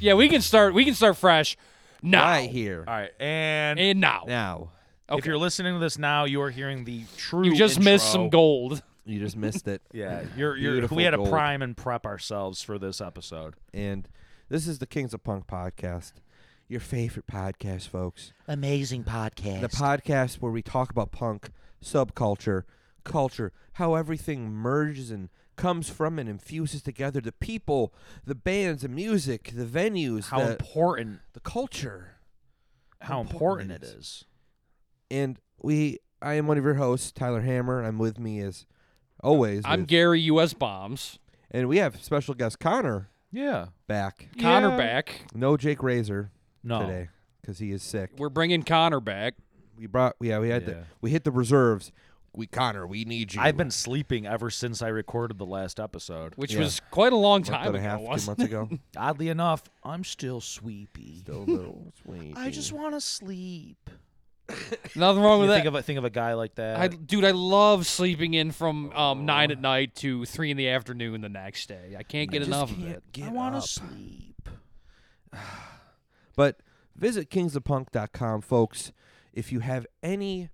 Yeah, we can start. We can start fresh. Now. Right here. All right, and And now. Now. if you're listening to this now, you are hearing the true. You just missed some intro. gold. You just missed it. Yeah, you're, you're, Beautiful we had to gold. prime and prep ourselves for this episode. And this is the Kings of Punk podcast, your favorite podcast, folks. Amazing podcast. The podcast where we talk about punk, subculture, culture, how everything merges and comes from and infuses together the people, the bands, the music, the venues, How the, important, the culture. how important it is. And we, I am one of your hosts, Tyler Hammer. I'm with me as always. I'm with- Gary U.S. Bombs. and we have special guest Connor Yeah. back. Connor Yeah. back. No Jake Razor No. today because he is sick. We're bringing Connor back. We brought, yeah, we had Yeah. the, we hit the reserves. We Connor, we need you. I've been sleeping ever since I recorded the last episode. which Yeah. was quite a long a month time and a ago. half, two wasn't months ago. Oddly enough, I'm still sleepy. Still a little sweet. I just want to sleep. it? Nothing wrong You with think that. of a think of a guy like that. I, dude, I love sleeping in from Oh. um, nine at night to three in the afternoon the next day. I can't get enough of it. Get I want to up. sleep. But visit kingsofpunk.com, folks. If you have any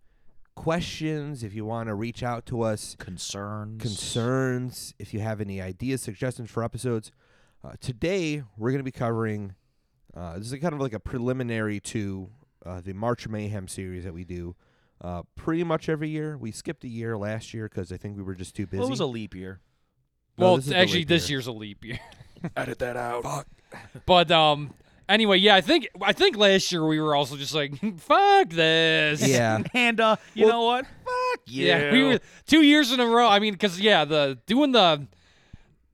questions, if you want to reach out to us, concerns. concerns, if you have any ideas, suggestions for episodes, uh, today we're going to be covering. Uh, this is kind of like a preliminary to uh, the March Mayhem series that we do. Uh, pretty much every year. We skipped a year last year because I think we were just too busy. Well, it was a leap year. No, well, this is the actually, leap this year. year's a leap year. Edit that out. But um, anyway, yeah, I think I think last year we were also just like, fuck this. yeah. And uh, you Well- know what? Fuck you. Yeah, we were two years in a row. I mean, because yeah, the doing the,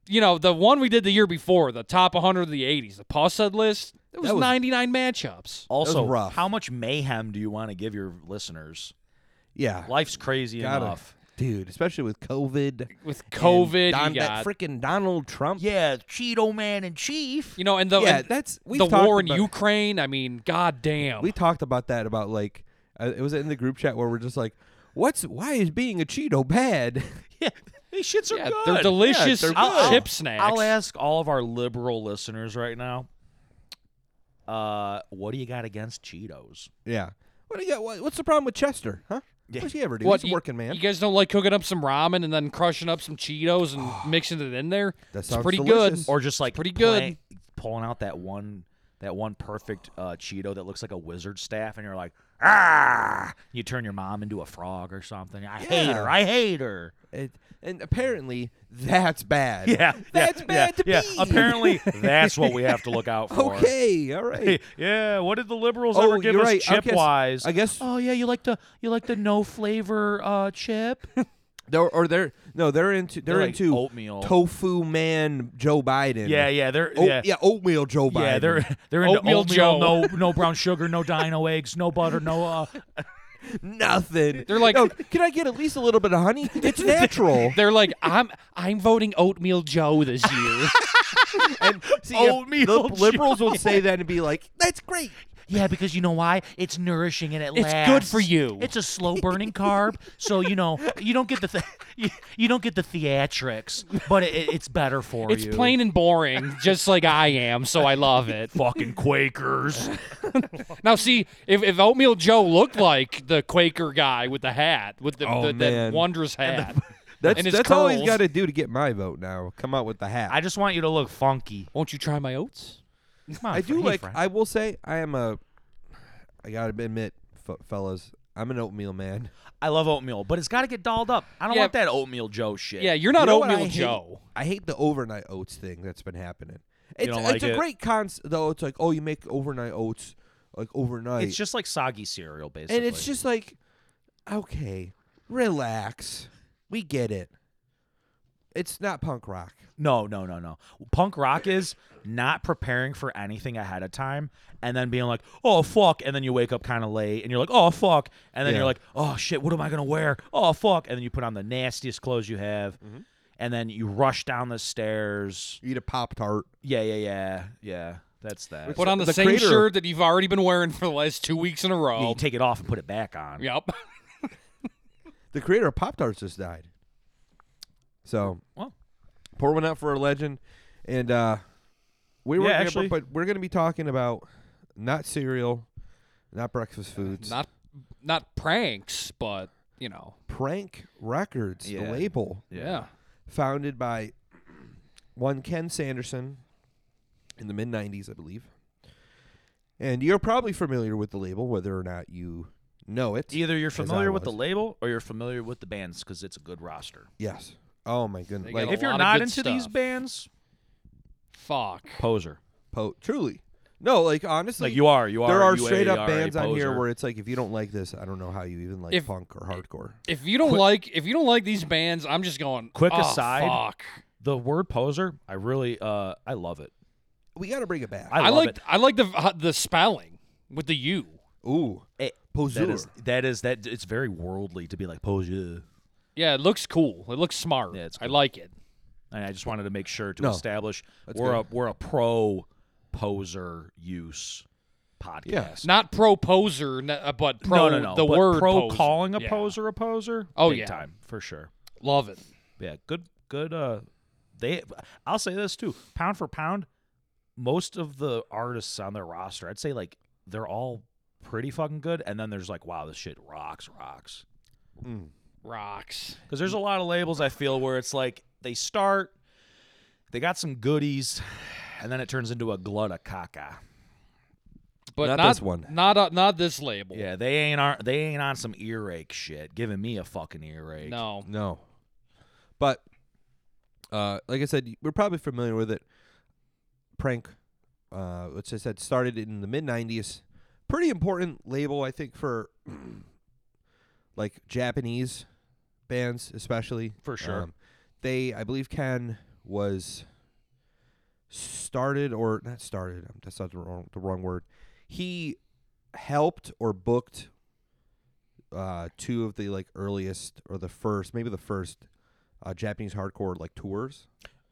you know, the one we did the year before, the top 100 of the 80s, the Paul said list. It was, That was- 99 matchups. also was rough. How much mayhem do you want to give your listeners? Yeah. Life's crazy Gotta- enough. Dude, especially with COVID. With COVID, Don, you got that freaking Donald Trump. Yeah, Cheeto Man in Chief. you know, and the yeah, and that's we've the talked war in about- Ukraine. I mean, goddamn. We talked about that about like uh, it was in the group chat where we're just like, what's why is being a Cheeto bad? Yeah, these shits are yeah, good. they're delicious they're I'll- good. chip snacks. I'll ask all of our liberal listeners right now. Uh, what do you got against Cheetos? yeah. What do you got? What, what's the problem with Chester? Huh? What's he ever do? What, He's a you- working man. You guys don't like cooking up some ramen and then crushing up some Cheetos and mixing it in there? That it's sounds pretty delicious. good. Or just like pretty pulling- pulling out that one that one perfect uh, Cheeto that looks like a wizard staff, and you're like, ah! You turn your mom into a frog or something. I hate Yeah. her. I hate her. It- and apparently that's bad. Yeah, That's yeah, bad yeah, to yeah. be. Apparently, that's what we have to look out for. Okay, all Hey, right. yeah. What did the liberals oh, ever give you're us right. I chip guess, wise? I guess Oh yeah, you like the you like the no flavor uh, chip. they're or they're no, they're into they're, They're like into oatmeal. tofu man Joe Biden. yeah, yeah. They're Oh, yeah. oatmeal Joe Biden. Yeah, they're they're into Oatmeal oatmeal, Joe. no no brown sugar, no dino eggs, no butter, no uh, nothing. They're like- No, can I get at least a little bit of honey? It's natural. They're like, I'm I'm voting oatmeal Joe this year. and see, if Oatmeal the Joe. liberals would say that and be like, "That's great." Yeah, because you know why? It's nourishing and it It's lasts. good for you. It's a slow burning carb, so you know you don't get the th- you, you don't get the theatrics, but it, it- it's better for it's you. plain and boring, just like I am, so I love it. fucking Quakers. Now, see, if, if Oatmeal Joe looked like the Quaker guy with the hat, with the, Oh, the that man. wondrous hat, That's and his that's all curls, he's got to do to get my vote now. Come out with the hat. I just want you to look funky. won't you try my oats? Come on, I fr- do hey, like. friend. I will say, I am a. I gotta admit, f- fellas, I'm an oatmeal man. I love oatmeal, but it's got to get dolled up. I don't Yeah. want that oatmeal Joe shit. Yeah, you're not You know what Oatmeal I hate? Joe. I hate the overnight oats thing that's been happening. It's, don't it's like a it? great cons though. It's like, oh, you make overnight oats like overnight, it's just like soggy cereal, basically. and it's just like, okay, relax. We get it. It's not punk rock. no, no, no, no. Punk rock is not preparing for anything ahead of time, and then being like, "Oh fuck," and then you wake up kind of late, and you're like, "Oh fuck," and then Yeah. you're like, "Oh shit, what am I gonna wear?" Oh fuck, and then you put on the nastiest clothes you have, Mm-hmm. and then you rush down the stairs. You eat a pop tart. Yeah, yeah, yeah, yeah. That's that. Put on the, the same creator- shirt that you've already been wearing for the last two weeks in a Yeah, you row. take it off and put it back on. Yep. The creator of Pop Tarts just died. So Well. pour one out for a legend, and uh, We Yeah, were, gonna- actually- but we're going to be talking about not cereal, not Uh, breakfast foods, Not not pranks, but you know, Prank Records, Yeah. the label yeah. founded by one Ken Sanderson in the mid '90s, I believe. And you're probably familiar with the label, whether or not you know it. Either you're As I familiar with the was. label or you're familiar with the bands because it's a good roster. Yes. Oh my goodness! They Like got a if you're lot of not good into these stuff. bands, Fuck. poser. po- truly, no. Like honestly, Like you are, you are. there are you straight are up a bands on here poser. where it's like if you don't like this, I don't know how you even like If- punk or hardcore. If you don't like if you don't like these bands, I'm just going. Quick "Oh, aside, Fuck. the word poser. I really, uh, I love it. We got to bring it back. I, I, love like I like the uh, the spelling with the U. Ooh, it. It- poseur. Eh, That is that is that it's very worldly to be like poser. Yeah, it looks cool. It looks smart. Yeah, it's I cool. like it. And I just wanted to make sure to No. establish That's we're good. a we're a pro poser use podcast. Not pro poser, n- uh, but pro no, no, no. the but word pro poser. calling a Yeah. poser a poser. Oh, big yeah. time for sure. Love it. Yeah, good, good. Uh, they. I'll say this too. Pound for pound, most of the artists on their roster, I'd say like they're all pretty fucking good. And then there's like, wow, this shit rocks, rocks. Mm. Rocks. Because there's a lot of labels I feel where it's like they start, they got some goodies, and then it turns into a glut of caca. But Not not, this one. Not uh, not this label. Yeah, they ain't on. They ain't on some earache shit, giving me a fucking earache. No. No. But uh, like I said, we're probably familiar with it. Prank, uh, which I said started in the mid '90s. Pretty important label, I think, for like Japanese bands, especially For sure. Um, they, I believe, Ken was started or not started. um, That's not the wrong the wrong word. He helped or booked uh, two of the like earliest or the first, maybe the first uh, Japanese hardcore like tours.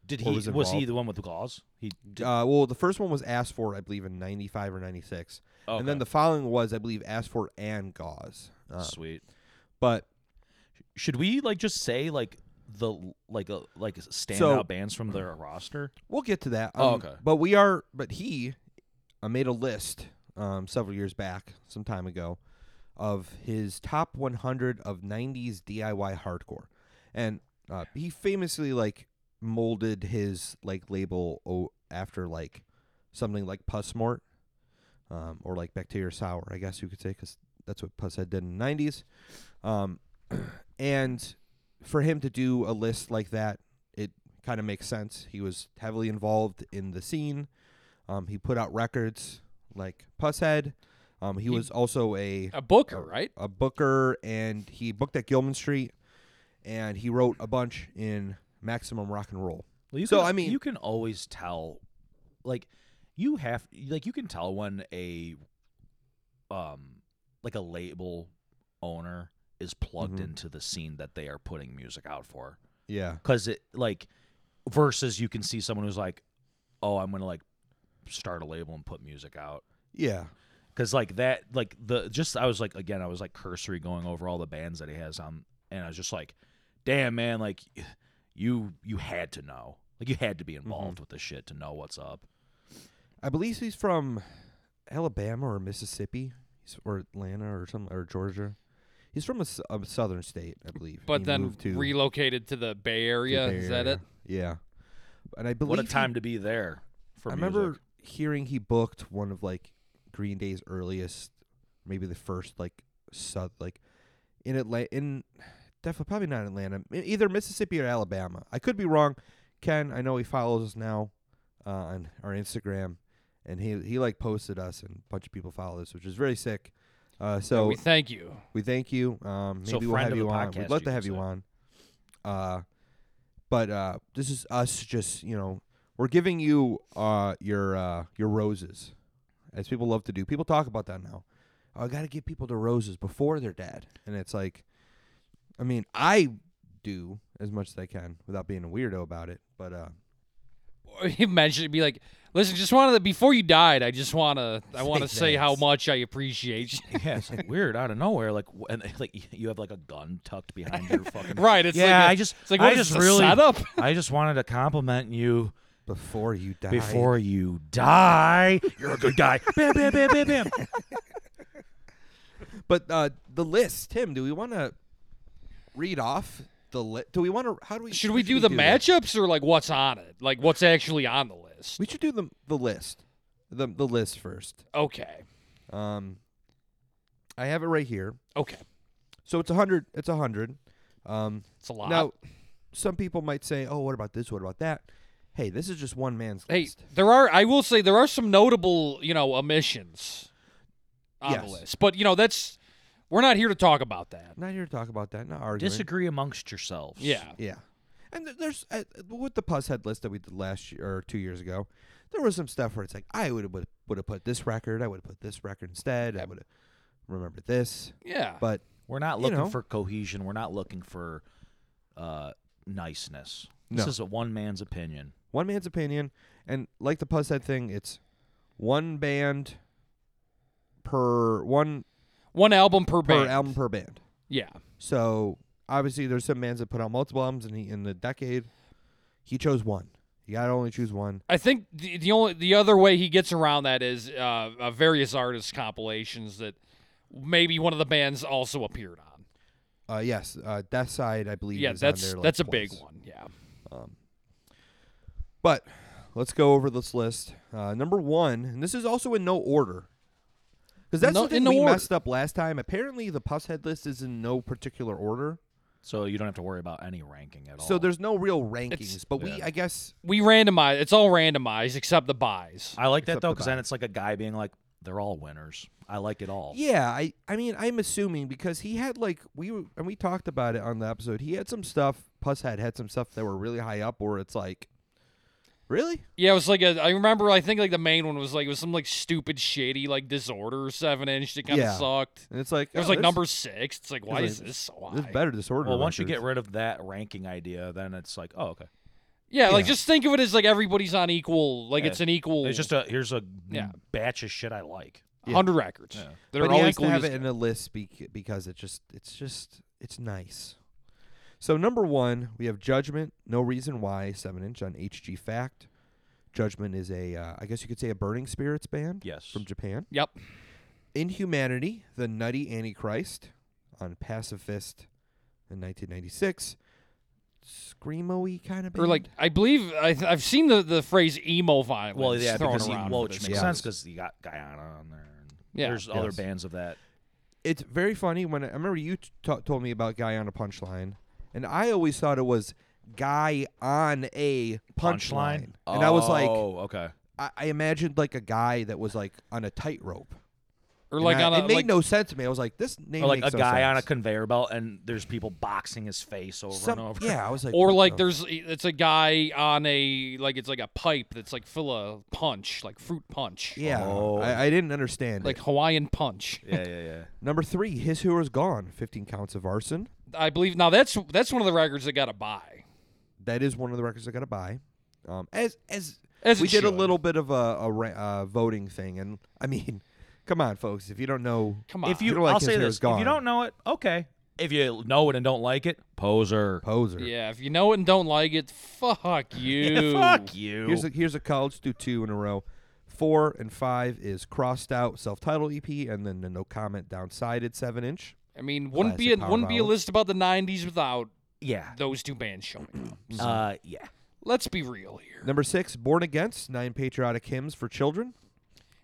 did Or he? was Was, he involved. the one with the claws? He did. Uh, well, the first one was asked for, I believe, in '95 or '96, and then okay, the following was, I believe, asked for and gauze. Uh, sweet. but Should we like just say like the like a like standout So- bands from their roster? We'll get to that. Oh, Um, okay. But we are. But he uh, made a list um, several years back, some time ago, of his top 100 of 90s DIY hardcore, and uh, he famously like molded his like label o- after like something like Pussmort, um, or like Bacteria Sour, I guess you could say, because that's what Pusshead did in the 90s. Um, and for him to do a list like that, it kind of makes sense. He was heavily involved in the scene. Um, he put out records like Pusshead. Um, he, He- was also a A Booker, right? a booker, and he booked at Gilman Street, and he wrote a bunch in Maximum Rock and Roll. Well, you So, can- I mean- you can always tell, like, you have like you can tell when a, um, like a label owner is plugged Mhm. into the scene that they are putting music out for, Yeah, because it like, versus you can see someone who's like, oh, I'm gonna like start a label and put music out. yeah, Cause like that, like the just I was like again I was like cursory going over all the bands that he has on, and I was just like, damn man, like you you had to know, like you had to Mm-hmm. be involved with this shit to know what's up. I believe he's from Alabama or Mississippi, He's- or Atlanta or some or Georgia. He's from a, s- a southern state, I believe. But He then moved to, relocated to the Bay to Area. Bay Is that Area. it? Yeah, and I believe What a he- time to be there. For I music. remember hearing he booked one of like Green Day's earliest, maybe the first like sub like in Atlanta in definitely probably not Atlanta, e- either Mississippi or Alabama. I could be wrong. Ken, I know he follows us now uh, on our Instagram, and he he like posted us and a bunch of people follow us, which is very sick. Uh, so we thank you. we thank you. Um, So maybe we'll friend have of the you on. We'd podcast, love you to could have you say. on. Uh, but uh, this is us. Just you know, we're giving you uh your uh your roses, as people love to do. People talk about that now. Oh, I got to give people their roses before they're dead, and it's like, I mean, I do as much as I can without being a weirdo about it. But uh, He mentioned be like, listen, just wanted to, before you died, I just wanna I wanna Say say how thanks. much I appreciate you. yeah, it's like weird out of nowhere, like w- and like you have like a gun tucked behind your fucking right. It's yeah, like I a- just it's like I what is just this, a really setup? I just wanted to compliment you Before you die. Before you die, you're a good guy. bam, bam, bam, bam, bam. But uh, the list, Tim. Do we want to read off the list? Do we want to? How do we? Should how we do the that? matchups or like what's on it? Like what's actually on the list? We should do the the list. The the list first. Okay. Um, I have it right here. Okay. So it's a hundred. It's a hundred. Um, It's a lot. now, some people might say, "Oh, what about this? What about that?" Hey, this is just one man's hey, list. there are I will say there are some notable, you know, omissions on the Yes. list. But you know, that's we're not here to talk about that. Not here to talk about that. Not arguing. Disagree amongst yourselves. Yeah. Yeah. And th- there's uh, with the puss head list that we did last year or two years ago, there was some stuff where it's like I would would would have put this record, I would have put this record instead, I would have remembered this, Yeah. but We're not You looking know. for cohesion. We're not looking for uh, niceness. This No. is a one man's opinion. one man's opinion, and like the puss head thing, it's one band per one One album per per band. album per band. Yeah. So obviously, there's some bands that put out multiple albums in the, in the decade. He chose one. You gotta only choose one. I think the, the only the other way he gets around that is uh, uh, various artist compilations that maybe one of the bands also appeared on. Uh, yes, uh, Death Side, I believe. Yeah, is on that's there, like, that's a twice. big one. Yeah. But let's go over this list. Uh, number one, and this is also in no order, because that's No- the thing in no we order. messed up last time. Apparently, the pus head list is in no particular order, So you don't have to worry about any ranking at all. so there's no real rankings. It's- but we, Oh. yeah. I guess, We randomize. It's all randomized except the buys. I like that Except though, the because bye. then it's like a guy being like, "They're all winners. I like it all." yeah, I, I mean, I'm assuming because he had like we were- and we talked about it on the episode. He had some stuff. Pus head had some stuff that were really high up, where it's like, really, Yeah, it was like a. I remember. I think like the main one was like it was some like stupid shitty like disorder seven inch that kind of Yeah. sucked. and it's like It was oh, like this- number six. It's like why like, is this so high? This better disorder. Well, once you records. get rid of that ranking idea, then it's like, "Oh, okay." Yeah, like Yeah. just think of it as like everybody's on equal. Like Yeah. it's an equal. It's just a here's a Yeah. batch of shit I like. Yeah. hundred records. Yeah. They're but all he has to equally. have as- it in a list bec- because it just it's just it's nice. So number one, we have Judgment. No reason why seven inch on HG Fact. Judgment is a uh, I guess you could say a Burning Spirits band Yes. from Japan. Yep. Inhumanity, the Nutty Antichrist on Pacifist in 1996. Screamo-y kind of band. Or like I believe I th- I've seen the, the phrase emo violence. well, yeah, thrown because he, around. well, for which this. makes Yeah. sense because you got Guyana on there. And Yeah. There's other Yes. bands of that. it's very funny when I, I remember you t- t- told me about guy on a punchline, and I always thought it was guy on a punchline, and I was like, "Oh, okay." I, I imagined like a guy that was like on a tightrope. or And like I- on it a made like, no sense to me. I was like, this name Or like a makes no guy on a sense. conveyor belt, and there's people boxing his face over Some- and over. yeah, I was like, or what like the- there's it's a guy on a like it's like a pipe that's like full of punch like fruit punch yeah, Oh. I, I didn't understand. like it. Hawaiian punch. yeah, yeah, yeah. number three, his hero is gone. Fifteen counts of arson. I believe now that's that's one of the records that got to buy. That is one of the records I gotta buy. Um, as as As we it did a should. little bit of a, a ra- uh, voting thing, and I mean, come on, folks, if you don't know, Come on. If you, don't like I'll his say hair this: is gone. if you don't know it, okay. If you know it and don't like it, poser. poser. yeah, if you know it and don't like it, fuck you. Fuck you. Here's a, here's a college do two in a row. Four and five is crossed out self titled EP, and then the no comment downsided seven inch. I mean, wouldn't be a, Classic power wouldn't be a ballad. list about the '90s without yeah. those two bands showing up. Uh, yeah. Let's be real here. Number six, Born Against, nine patriotic hymns for children.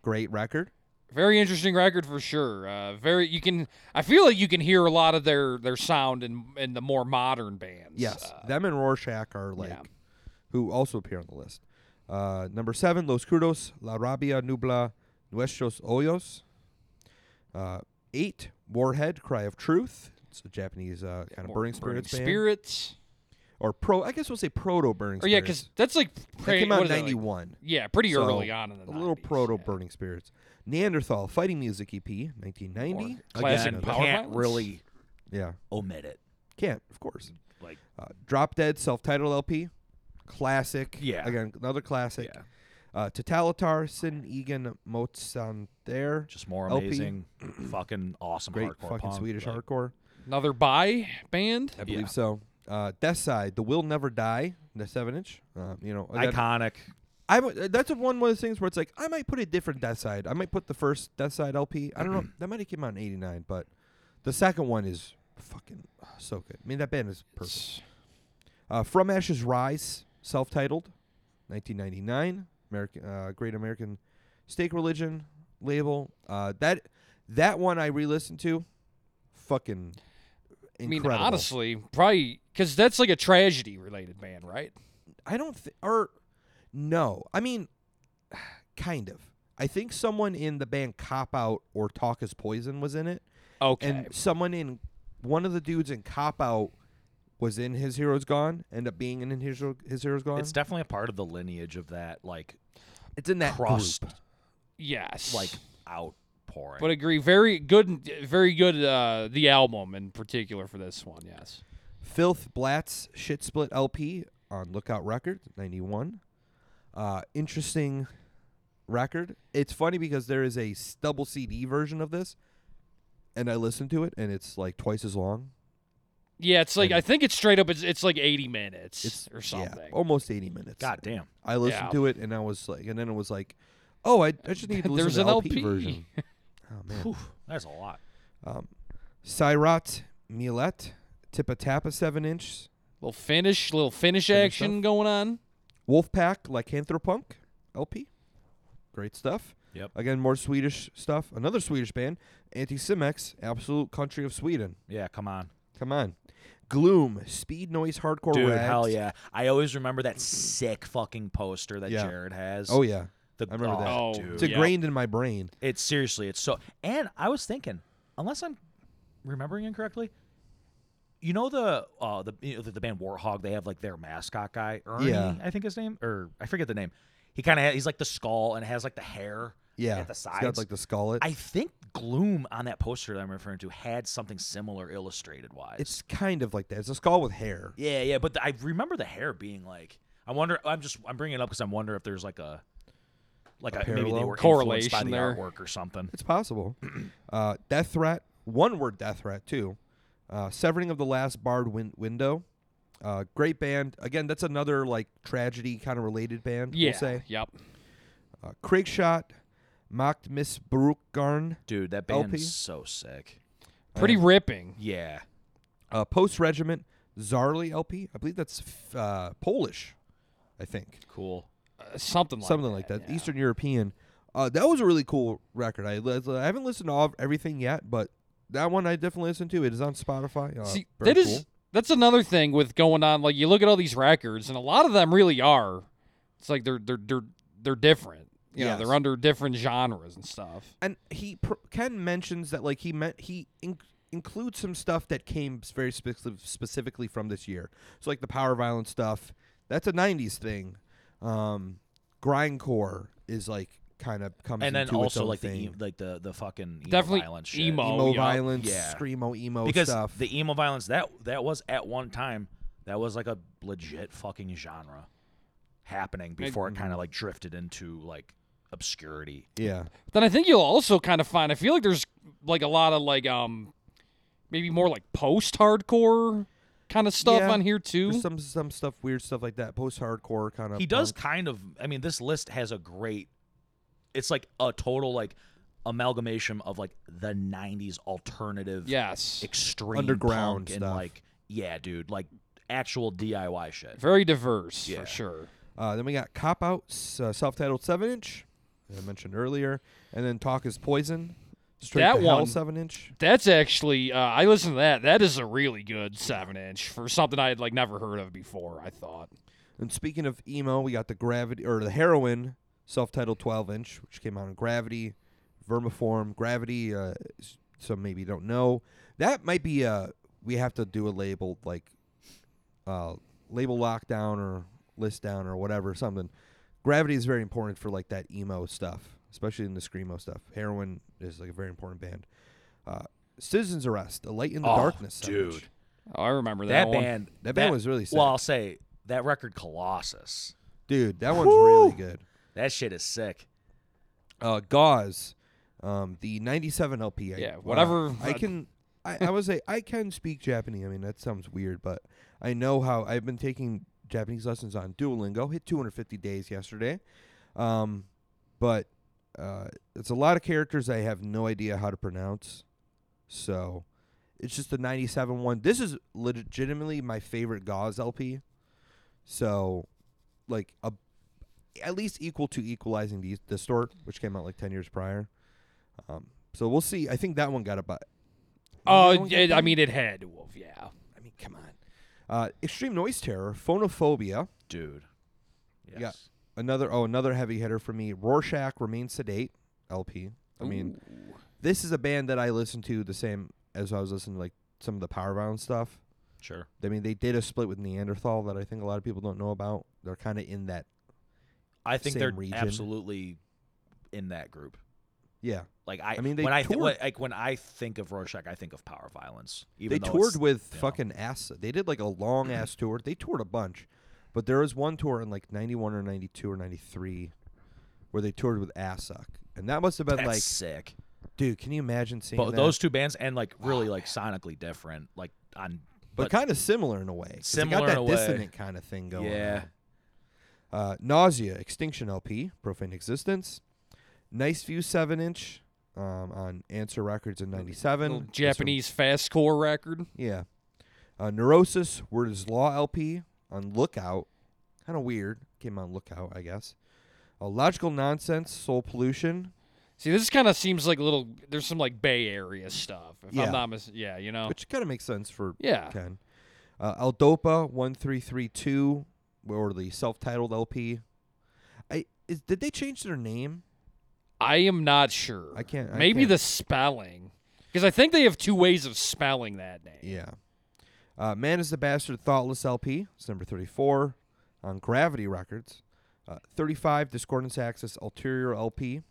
Great record. Very interesting record for sure. Uh, very, you can. I feel like you can hear a lot of their their sound in in the more modern bands. Yes, Uh, them and Rorschach are like, yeah. who also appear on the list. Uh, number seven, Los Crudos, La Rabia Nubla, Nuestros Hoyos. Uh, eight, Warhead, Cry of Truth. It's a Japanese uh, kind of more burning spirits band. spirits. Or pro, I guess we'll say proto burning Or spirits. Oh, yeah, because that's like That pre- came out what in is that, like- 91. yeah, pretty so early on in the a little 90s, proto yeah. Burning Spirits. Neanderthal Fighting Music E EP, 1990. Or Classic Again, power can't violence? really Yeah. omit it. Can't, of course. Like, Uh, Drop Dead self titled LP. Classic. Yeah. Again, another classic. yeah, Uh, Totalitar, Sin Egan Motsanter. just more LP. amazing, fucking awesome, Great hardcore fucking punk, Swedish like, hardcore. Another by band. I believe Yeah. so. Uh, Death Side, The Will Never Die, the seven inch. Um, you know, that- Iconic. I w- that's a one one of those things where it's like I might put a different Death Side. I might put the first Death Side LP. I don't know. That might have came out in '89, but the second one is fucking uh, so good. I mean, that band is perfect. Uh, From Ashes Rise, self-titled, 1999, American uh, Great American Steak Religion label. Uh, that that one I re-listened to, fucking incredible. I mean, honestly, probably because that's like a tragedy related band, right? I don't th- or no. I mean, kind of. I think someone in the band Cop Out or Talk Is Poison was in it, Okay. and someone in one of the dudes in Cop Out was in His Heroes Gone. End up being in His Hero- His Heroes Gone. It's definitely a part of the lineage of that like It's in that crust group. yes. like outpouring. But agree, very good, very good. Uh, the album in particular for this one, yes. Filth Blat's Shit Split LP on Lookout Records, 91. Uh, interesting record. It's funny because there is a s- double CD version of this, and I listened to it, and it's like twice as long. Yeah, it's like And- I think it's straight up. It's, it's like eighty minutes It's or yeah, Oh, something. almost 80 minutes. God damn. I listened Yeah. to it, and I was like, and then it was like, oh, I, I just need to listen There's to an the LP, LP. version. Oh, man. Whew, that's a lot. Um, Cyrat Millet, Tippa Tappa 7 inch, Little finish, little finish Finish action stuff. going on. Wolfpack Lycanthropunk LP. Great stuff. Yep. Again, more Swedish stuff. Another Swedish band, Anti-Simex, Absolute Country of Sweden. Yeah, come on. Come on. Gloom, Speed Noise Hardcore Dude, Rags. hell yeah. I always remember that sick fucking poster that Yeah. Jared has. Oh yeah. the, I remember that. Oh, dude. It's ingrained in my brain. It's seriously, it's so. And I was thinking, unless I'm remembering incorrectly, you know the uh the you know, the, the band Warhog, they have like their mascot guy, Ernie, Yeah. I think his name, or I forget the name. He kind of he's like the skull and has like the hair Yeah. at the sides. It's got like the skullet. I think Gloom on that poster that I'm referring to had something similar illustrated wise. it's kind of like that. It's a skull with hair. yeah, yeah, but the, I remember the hair being like. I wonder. I'm just. I'm bringing it up because I wonder if there's like a, like A a, maybe they parallel? were correlation by Correlation the there. artwork or something. It's possible. uh, death threat, one word death threat too. Uh, Severing of the last barred win- window. Uh, great band. Again, that's another like tragedy kind of related band. Yeah. We'll say. Yep. Uh, Kriegshot, Macht Miss Brückgarn, Dude, that LP? band's so sick. Pretty ripping. Yeah. uh, Post Regiment, Zarly LP. I believe that's f- uh, Polish, I think. Cool. Uh, something like Something like that. Eastern European. Uh, that was a really cool record. I, li- I haven't listened to all, everything yet, but that one I definitely listened to. It is on Spotify. Uh, See, very that is cool. that's another thing with going on. Like you look at all these records, and a lot of them really are. It's like they're they're they're they're different. You know, Yes. they're under different genres and stuff. and he pr- Ken mentions that like he meant he in- includes some stuff that came s- very speci- specifically from this year. So like the power violence stuff, that's a '90s thing. Um, grindcore is like kind of comes And then into its also own like the thing. e- like the the fucking emo Definitely violence shit. emo. emo yup. violence, Yeah. screamo emo because stuff. the emo violence that that was at one time that was like a legit fucking genre happening before it kind of like drifted into like obscurity. yeah, Then I think you'll also kind of find. I feel like there's like a lot of like um, maybe more like post hardcore kind of stuff Yeah. on here too. There's some some stuff weird stuff like that, post hardcore kind of. He does kind of I mean this list has a great it's like a total like amalgamation of like the 90s alternative yes, extreme Underground punk and stuff. like yeah dude like actual DIY shit. very diverse Yeah. for sure. Uh, then we got Cop Out, s- uh, self-titled seven-inch, I mentioned earlier, and then Talk Is Poison, straight That to hell one- seven-inch. That's actually uh, I listened to that. That is a really good seven inch for something I had like never heard of before. I thought. And speaking of emo, we got the Gravity or the Heroin self-titled 12-inch, which came out in Gravity, Vermiform, Gravity. Uh, s- some maybe don't know. That might be uh we have to do a label like uh, label lockdown or list down or whatever something. Gravity is very important for like that emo stuff, especially in the screamo stuff. Heroin is like a very important band. Uh, Citizens Arrest, A Light in the Oh, Darkness, dude. seven-inch. Oh, I remember that, that, one. band That band was really well sick. i'll say that record colossus dude, that one's really Whew. good. that shit is sick uh, Gauze, um, the '97 LP. I- Yeah, wow. whatever- I can, I, I would say I can speak Japanese. I mean, that sounds weird, but I know how I've been taking Japanese lessons on Duolingo. Hit 250 days yesterday. Um, but uh, it's a lot of characters I have no idea how to pronounce. So it's just the 97 one. This is legitimately my favorite Gauze LP. So, like, a, at least equal to Equalizing the Distort, which came out like 10 years prior. Um, so we'll see. I think that one got a buy. Oh, yeah, I mean, it had to have, yeah. I mean, come on. Uh, Extreme noise terror, phonophobia. dude. Yes. Yeah. Another oh, another heavy hitter for me. Rorschach remains sedate. LP. I mean, this is a band that I listened to the same as I was listening to like some of the Powerbound stuff. Sure. I mean, they did a split with Neanderthal that I think a lot of people don't know about. They're kind of in that. I think Same they're region. absolutely in that group. Yeah, Like I, I mean, they when I thi- toured- like when I think of Rorschach, I think of power violence. they Even though toured it's- with yeah. fucking ass. They did like a long ass tour. They toured a bunch, but there was one tour in like '91 or '92 or '93 where they toured with Assuck, and that must have been That's like sick. Dude, can you imagine seeing But that? those two bands and like really like sonically different, like on but kind of similar in a way. 'cause they Similar in got that a way. dissonant kind of thing going. yeah. On. Uh, nausea, extinction LP, profane existence, nice view seven inch, um, on Answer Records in '97. Little This one- Japanese fast core record. yeah. Uh, Neurosis, Word is Law LP on Lookout. Kind of weird. Came on Lookout, I guess. Uh, Logical Nonsense, Soul Pollution, See, this kind of seems like little. There's some like Bay Area stuff. If Yeah. I'm not mis- yeah, you know, which kind of makes sense for Oh. yeah. Ken. Uh, Aldopa one three three two, or the self-titled LP. I is, did they change their name? I am not sure. I can't- I Maybe can't- the spelling, because I think they have two ways of spelling that name. Yeah. Uh, Man is the Bastard Thoughtless LP. It's number thirty-four on Gravity Records. Uh, Thirty-five Discordance Axis Ulterior LP.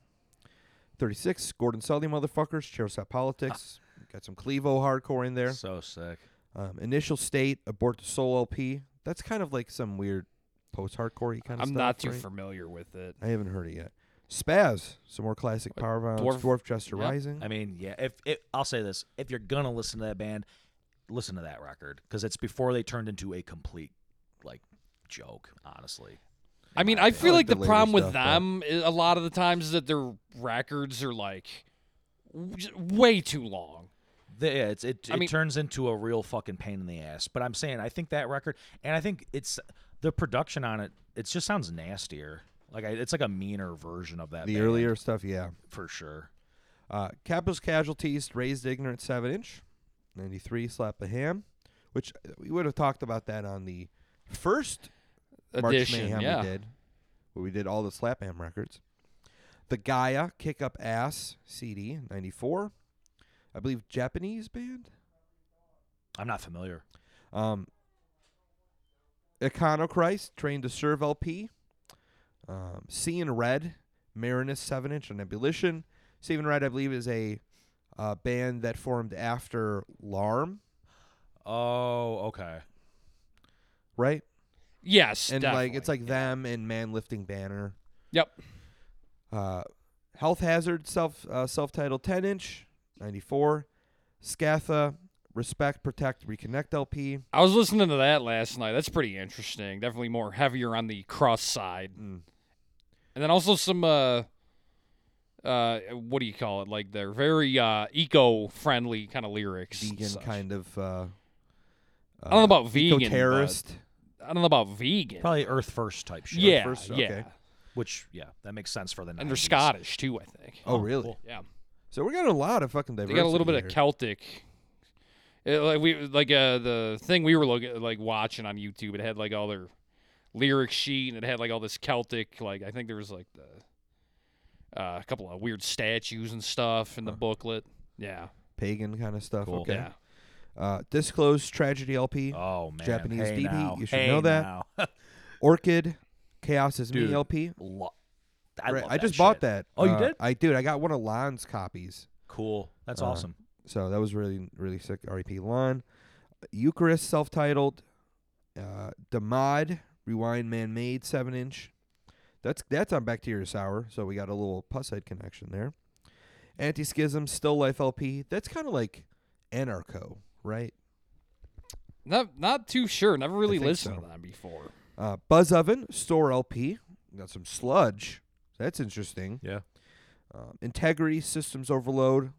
Thirty-six Gordon Sully Motherfuckers Chairshot Politics. Got some Clevo hardcore in there. So sick. Um, Initial State Abort the Soul LP. That's kind of like some weird post-hardcore kind of I'm stuff. not too right? familiar with it. I haven't heard it yet. Spaz, some more classic power violence. Dwarf- Dwarf, Jester yeah. Rising. I mean, yeah. If, if I'll say this, if you're gonna listen to that band, listen to that record because it's before they turned into a complete like joke. Honestly, I mean, I feel like like the the, later problem with stuff, though. them i- a lot of the times is that their records are like w- j- way too long. The- yeah, it's, it I it mean- turns into a real fucking pain in the ass. But I'm saying, I think that record, and I think it's the production on it. It just sounds nastier. Like I, it's like a meaner version of that. the band, earlier stuff, yeah. for sure. Uh, Capital's Casualties, Raised Ignorant 7 inch. 93, Slap the Ham, which uh, we would have talked about that on the first March Edition, Mayhem yeah. we did, where we did all the Slap Ham records. The Gaia Kick Up Ass CD, 94. I believe Japanese band. I'm not familiar. Um, Iconochrist, Trained to Serve LP. Um, Sea in Red, Marinus 7 inch on Ebullition. Sea in Red, I believe, is a uh, band that formed after LARM, Oh, okay. right? Yes, And like it's definitely. like them and Man Lifting Banner. yep. Uh, Health Hazard, self uh, self titled 10 inch, 94. Scatha, Respect, Protect, Reconnect LP. I was listening to that last night. That's pretty interesting. Definitely more heavier on the cross side, Mm. and then also some uh, uh, what do you call it? Like they're very uh eco-friendly kind of lyrics. and Vegan such. kind of. Uh, I don't know about vegan. but- terrorist. I don't know about vegan. Probably Earth First type shit. yeah, first, yeah. okay. Which yeah, that makes sense for the. 90s. And they're Scottish too, I think. Oh, really? cool. Yeah. So we got a lot of fucking They diversity. got a little bit here. of Celtic. It, like we like uh, the thing we were looking like watching on YouTube. It had like all their lyric sheet, and it had like all this Celtic. Like I think there was like the uh, a couple of weird statues and stuff in the booklet. Yeah, pagan kind of stuff. Cool. Okay. yeah. Uh, Disclosed Tragedy LP, Oh man, Japanese DB, hey now. you should Hey know that. now. Orchid, Chaos is Dude, Me LP. Lo- I, Right, love I that just bought shit. that. Oh, you Uh, did? I dude, I got one of Lon's copies. Cool. Uh-huh. That's Uh, awesome. So that was really really sick. R.E.P. Lon. Eucharist self-titled. Uh, Damod Rewind Man Made seven inch. That's that's on Bacteria Sour. So we got a little Pusshead connection there. Anti Schism Still Life LP. That's kind of like anarcho, right? Not not too sure. Never really think listened so. to them before. Uh, Buzz Oven, Store LP. Got some sludge. That's interesting. Yeah. Um, Integrity, Systems Overload.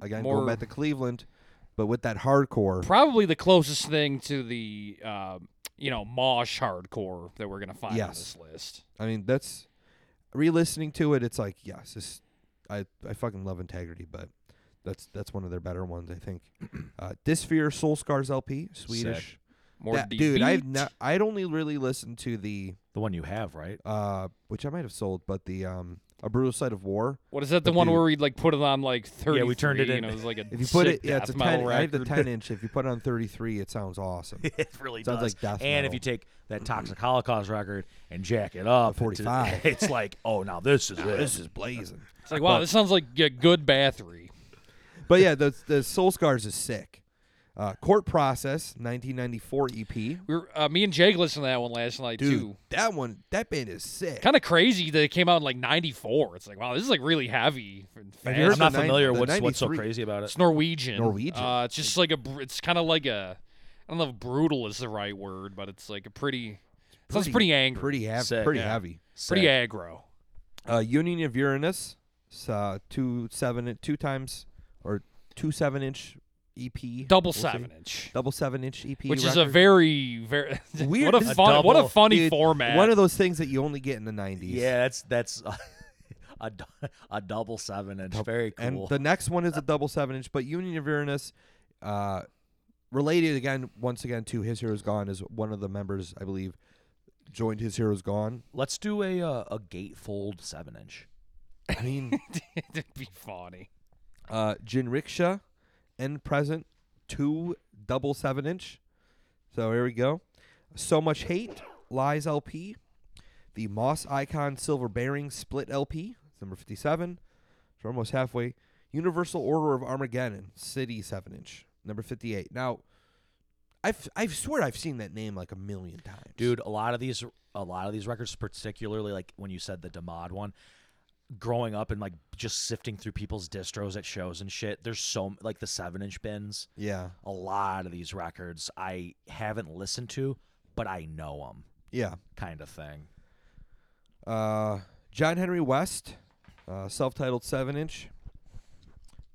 Again, More- going back to Cleveland, but with that hardcore. Probably the closest thing to the um, you know mosh hardcore that we're gonna find on Yes. this list. I mean, that's re-listening to it. It's like, yes, this, I I fucking love Integrity, but that's that's one of their better ones, I think. Uh, Disfear, Soul Scars LP, Swedish. More That- deep dude, I've beat. not, I'd only really listened to the The one you have, right? uh, which I might have sold, but the um, a brutal side of war. What is that? The But one dude- where we like put it on like thirty. Yeah, we turned it And in. it was like a If you put sick it, yeah, it's a death metal ten. I have the record. ten inch. If you put it on thirty three, it sounds awesome. it really Sounds does. like death And if metal. you take that Toxic Holocaust record and jack it up, The 45. to- it's like, oh, now this is it. this is blazing. It's like wow, this sounds like a good Bathory. But yeah, the the Soul Scars is sick. Uh, Court Process, 1994 EP. We were, uh, me and Jake listened to that one last night Dude, too. that one, that band is sick. Kind of crazy that it came out in like '94. It's like wow, this is like really heavy. And Have fast. you heard I'm not the nine- familiar the what's what's so 93. crazy about it. It's Norwegian. Norwegian. Uh, it's just like a. br- It's kind of like a. I don't know if brutal is the right word, but it's like a pretty. sounds pretty angry. Pretty, Pretty heavy. Sick, pretty yeah. heavy. Sick. aggro. Uh, Union of Uranus, s- uh, two seven, two times or two seven inch EP. Double We'll see. seven inch. Double seven inch EP. Which is a record. very very Weird- what a A fun what a double- funny Dude, format. One of those things that you only get in the 90s. Yeah, that's that's a, a, du- a double seven inch. Very And cool. the next one is a double seven inch, but Union of Uranus, uh, related again, once again to His Heroes Gone, is one of the members, I believe, joined His Heroes Gone. Let's do a uh, a gatefold seven inch. I mean, It'd be funny. uh, Jinriksha and Present, two double seven inch. So here we go. So Much Hate, Lies LP, the Moss Icon Silver Bearing Split LP, it's number 57. So we're almost halfway. Universal Order of Armageddon, City 7 inch, number 58. Now, I've, I swear I've seen that name like a million times. dude a lot of these a lot of these records particularly like when you said the demod one growing up and like just sifting through people's distros at shows and shit there's so like the seven inch bins Yeah. a lot of these records i haven't listened to but i know them Yeah. kind of thing Uh, John Henry West, uh, self-titled seven-inch.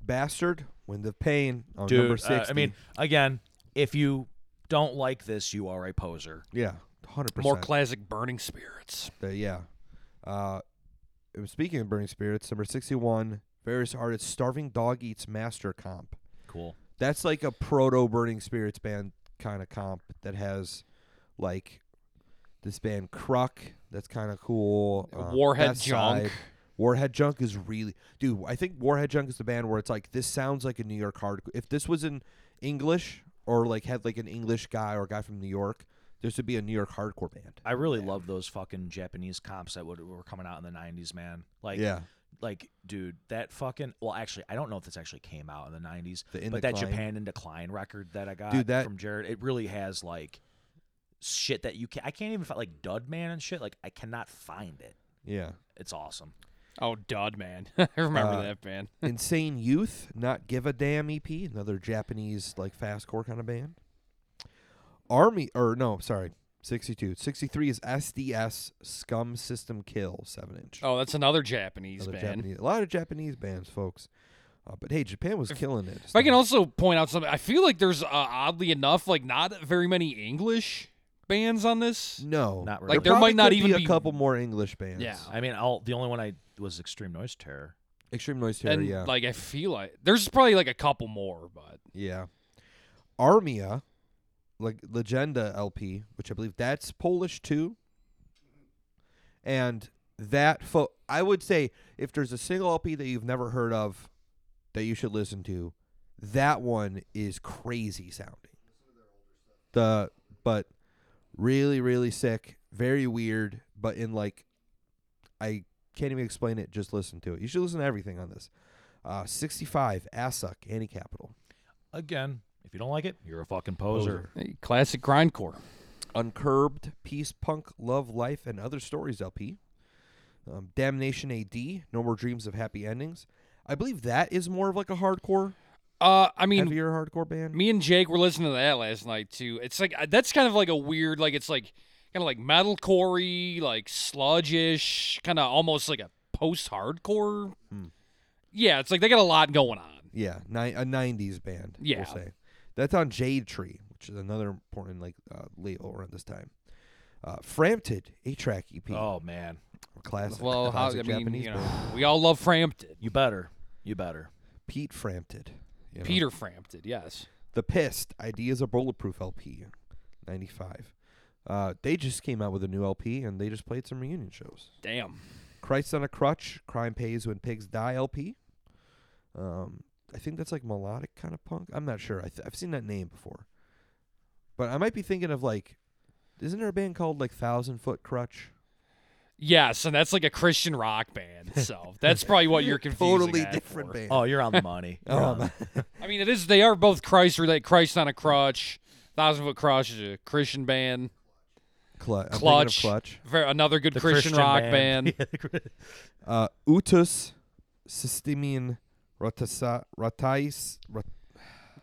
Bastard, Wind of Pain, on number dude uh, six. i mean again if you don't like this you are a poser yeah, hundred percent. More classic burning spirits. yeah. Uh, and speaking of Burning Spirits, number sixty-one. Various artists, Starving Dog Eats Master comp. cool That's like a proto Burning Spirits band kind of comp that has, like, this band Kruk. That's kind of cool. um, Warhead Best Junk. Side. Warhead Junk is really dude. I think Warhead Junk is the band where it's like this sounds like a New York hardcore. If this was in English or like had like an English guy or a guy from New York, this would be a New York hardcore band. i really love those fucking japanese comps that would, were coming out in the 90s man like yeah, like dude that fucking well actually i don't know if this actually came out in the 90s The In but that Decline. japan in decline record that i got Dude, that- from jared it really has like shit that you can i can't even find like dud man and shit like i cannot find it yeah. it's awesome Oh dud man. I remember Uh, that band. Insane Youth, Not Give a Damn EP, another Japanese like fastcore kind of band. Army or no, sorry, 62. 63 is SDS Scum System Kill 7 inch. Oh, that's another Japanese Another band. Japanese, a lot of Japanese bands, folks. Uh, but hey, Japan was killing it. If I can also point out something, I feel like there's uh, oddly enough like not very many English bands on this. No, Not really. Like, there probably might not could even be a be- couple more English bands. Yeah. i mean i'll the only one i was extreme noise terror Extreme Noise Terror. and yeah, like I feel like there's probably like a couple more, but yeah. Armia, like Legenda LP, which I believe that's Polish too. And that fo- I would say if there's a single LP that you've never heard of that you should listen to, that one is crazy sounding. The but really really sick, very weird, but in like I can't even explain it. Just listen to it. You should listen to everything on this. Uh, 65 Asuck Anti Capital again if you don't like it you're a fucking poser, Hey, classic grindcore. Uncurbed Peace Punk Love Life and Other Stories LP. Um, Damnation AD No More Dreams of Happy Endings. I believe that is more of like a hardcore, Uh, I mean, heavier hardcore band. me and Jake were listening to that last night too. It's like uh, that's kind of like a weird, like it's like kind of like metalcore like sludgish, kind of almost like a post-hardcore. Hmm. Yeah, it's like they got a lot going on. Yeah, ni- a '90s band. Yeah. we'll say. that's on Jade Tree, which is another important like uh, label around this time. Uh, Frampton, eight track EP, Oh man, classic. Well, how, I classic mean, Japanese you know, band. we all love Frampton. you better, you better. Pete Frampton. you know. Peter Frampton, yes. The Pissed, Ideas Are Bulletproof LP, 95. Uh, they just came out with a new LP and they just played some reunion shows. Damn. Christ on a Crutch, Crime Pays When Pigs Die LP. Um, I think that's like melodic kind of punk. I'm not sure. I th- I've seen that name before. But I might be thinking of like, isn't there a band called like Thousand Foot Crutch? Yes, and that's like a Christian rock band, so that's probably what you're confusing. Totally that different for. band. Oh, you're on the money. You're Oh, on the- man. I mean, it is. They are both Christ related. Christ on a crutch. Thousand Foot Crutch is a Christian band. Clu- I'm thinking of Clutch. Clutch. Ver- Another good the Christian, rock band. band. Yeah, Uh, Utus Systemian Ratasa, Ratais. Rat-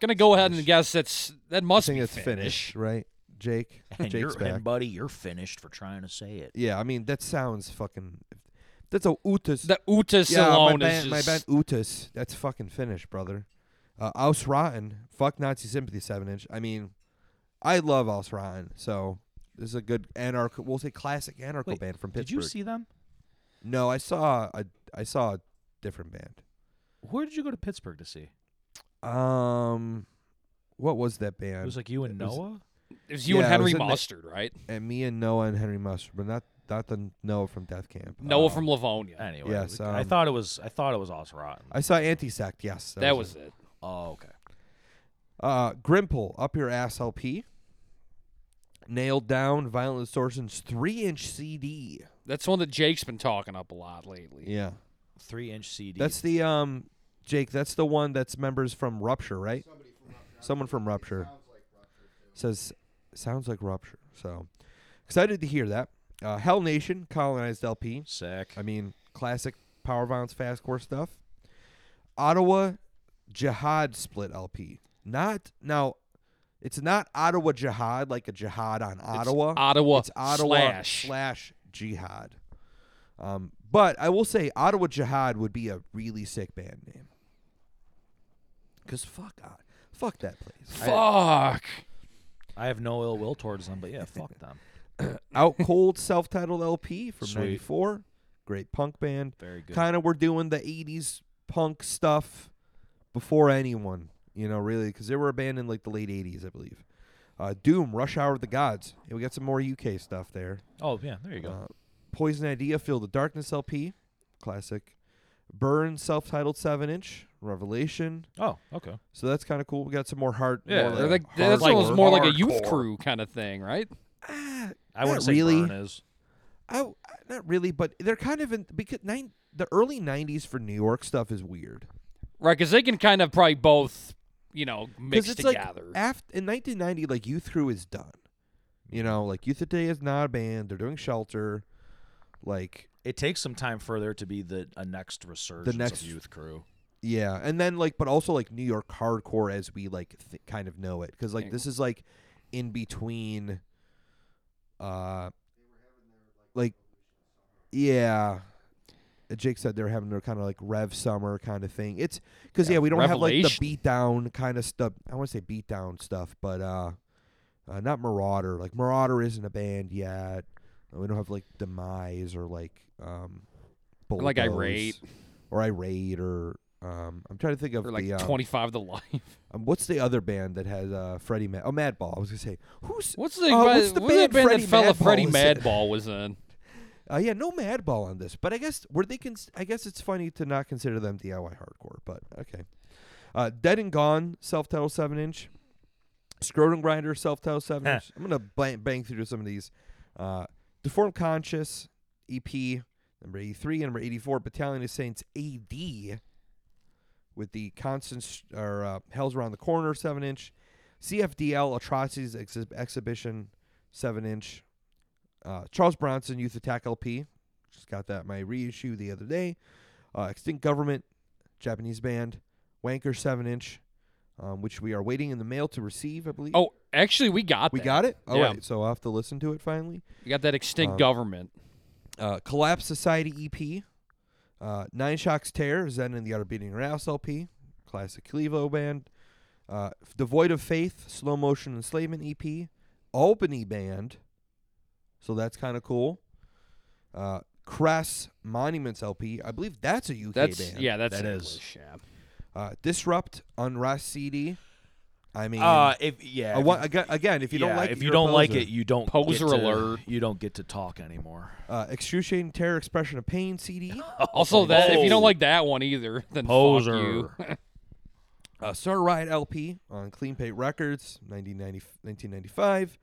Gonna go ahead and guess that's that I must think be it's Finnish, right? Jake. and, Jake's you're, back. and buddy, you're finished for trying to say it. yeah, I mean, that sounds fucking. That's a Utus. The Utus yeah, my alone is band, just my band Utus. That's fucking Finnish, brother. Uh, Aus Rotten. Fuck Nazi Sympathy 7 inch. I mean, I love Aus Rotten, so. This is a good anarcho. We'll say classic anarcho Wait, band from Did Pittsburgh. you see them? No, I saw a. I saw a different band. Where did you go to Pittsburgh to see? Um, what was that band? It was like you and it was- Noah. it was you Yeah, and it Henry was in the- Mustard, right? and me and Noah and Henry Mustard, but not not the Noah from Death Camp. Noah Uh, from Livonia. Anyway, Yes, I um, thought it was. I thought it was Os Rotten. I saw Anti-Sect. Yes, That was it. oh, okay. Uh, Grimple, up your ass LP. Nailed down, Violent Distortions three-inch CD. That's one that Jake's been talking up a lot lately. Yeah, Three inch CD. that's the um, Jake. That's the one that's members from Rupture, right? Someone from Rupture says sounds like Rupture. So excited to hear that. Uh, Hell Nation, colonized LP. sick. I mean, classic power violence, fast core stuff. Ottawa Jihad split LP. Not now. It's not Ottawa Jihad like a jihad on Ottawa. Ottawa It's Ottawa slash. Jihad. Um, but I will say Ottawa Jihad would be a really sick band name. Cause fuck, Ot- fuck that place. Fuck. I have no ill will towards them, but yeah, fuck them. Out Cold self-titled LP from Sweet. '94. Great punk band. Very good. kind of were doing the 80s punk stuff before anyone, you know, really, because they were a band in like the late 80s, I believe. Uh, Doom, Rush Hour of the Gods. Yeah, we got some more UK stuff there. oh yeah, there you go. Uh, Poison Idea, Field of Darkness LP, classic. Burn, self titled 7 inch, Revelation. oh, okay. So that's kind of cool. We got some more hard. Yeah, more uh, They're like like, that's hardcore. almost more like a youth Hardcore. crew kind of thing, right? Ah, I wouldn't Not say really. Burn is. I, I- not really, but they're kind of in because nine, the early 90s for New York stuff is weird. Right, because they can kind of probably both, you know, mix Because it's together. Like after in 1990, like Youth Crew is done. You know, like Youth Today is not a band. They're doing Shelter. Like It takes some time for there to be the a next resurgence next- of youth crew. yeah, and then like, but also like New York hardcore as we like th- kind of know it, because like Yeah. this is like in between. Uh, like, yeah. Jake said they were having their kind of like rev summer kind of thing. It's because yeah, Yeah, we don't have like Revelation. the beatdown kind of stuff. I want to say beatdown stuff, but uh, uh, not Marauder. Like Marauder isn't a band yet. Uh, We don't have like Demise or like um, Like Bulldoze Irate. or Irate or um, I'm trying to think of or like the um, 25 to life. um, what's the other band that has uh Freddie Mad? Oh, Madball. I was gonna say who's What's the, uh, ba- what's the what's that band band Freddie that fella Madball Freddie is in? Madball was in? Uh, yeah, no Madball on this, but I guess were they? Cons- I guess it's funny to not consider them DIY hardcore, but okay. Uh, Dead and Gone, self-titled seven-inch. Scrotum Grinder, self-titled Eh. seven-inch. I'm gonna bang, bang through some of these. Uh, Deformed Conscious EP number 83 and number 84. Battalion of Saints AD with the Constance or uh, Hell's Around the Corner seven-inch. CFDL Atrocities Exhi- Exhibition seven-inch. Uh, Charles Bronson Youth Attack LP. Just got that in my reissue the other day. Uh, Extinct Government, Japanese band, Wanker 7 inch, um, which we are waiting in the mail to receive, I believe. Oh, Actually, we got We that. got it? All right, Yeah. So I'll have to listen to it finally. We got that extinct Um, government. Uh, Collapse Society EP. Uh, Nine Shocks Terror, Zen and the Other Beating Rouse LP. Classic Clevo Band. Uh, Devoid of Faith, Slow Motion Enslavement EP. Albany Band. So that's kind of cool. Uh, Cress Monuments LP. I believe that's a UK That's band. yeah, that's That is. English, yeah. Uh, Disrupt Unrest CD. I mean, Uh, if yeah, I if wa- you- aga- again, if you yeah, don't like it, if you you're a don't like poser. it, you don't get Poser to- alert. You don't get to talk anymore. uh, Excruciating Terror Expression of Pain CD. Oh, Also, that if you Oh. don't like that one either, then fuck you. Poser. uh, Star Ride LP on Clean Pate Records, 1990, 1995.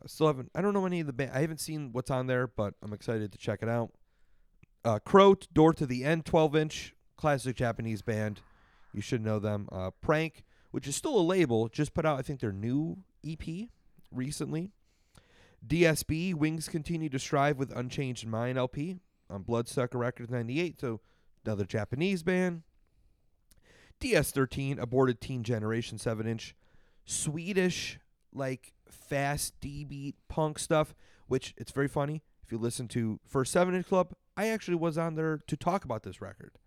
I Uh, still haven't. I don't know any of the band. I haven't seen what's on there, but I'm excited to check it out. Uh, Crow Door to the End, 12 inch classic Japanese band. You should know them. Uh, Prank, which is still a label, just put out I think their new EP recently. DSB Wings continue to strive with Unchanged Mind LP on Bloodsucker Records 98. So another Japanese band. DS13, aborted teen generation, seven inch, Swedish like fast D beat punk stuff. Which it's very funny if you listen to first seven inch club. I actually was on there to talk about this record.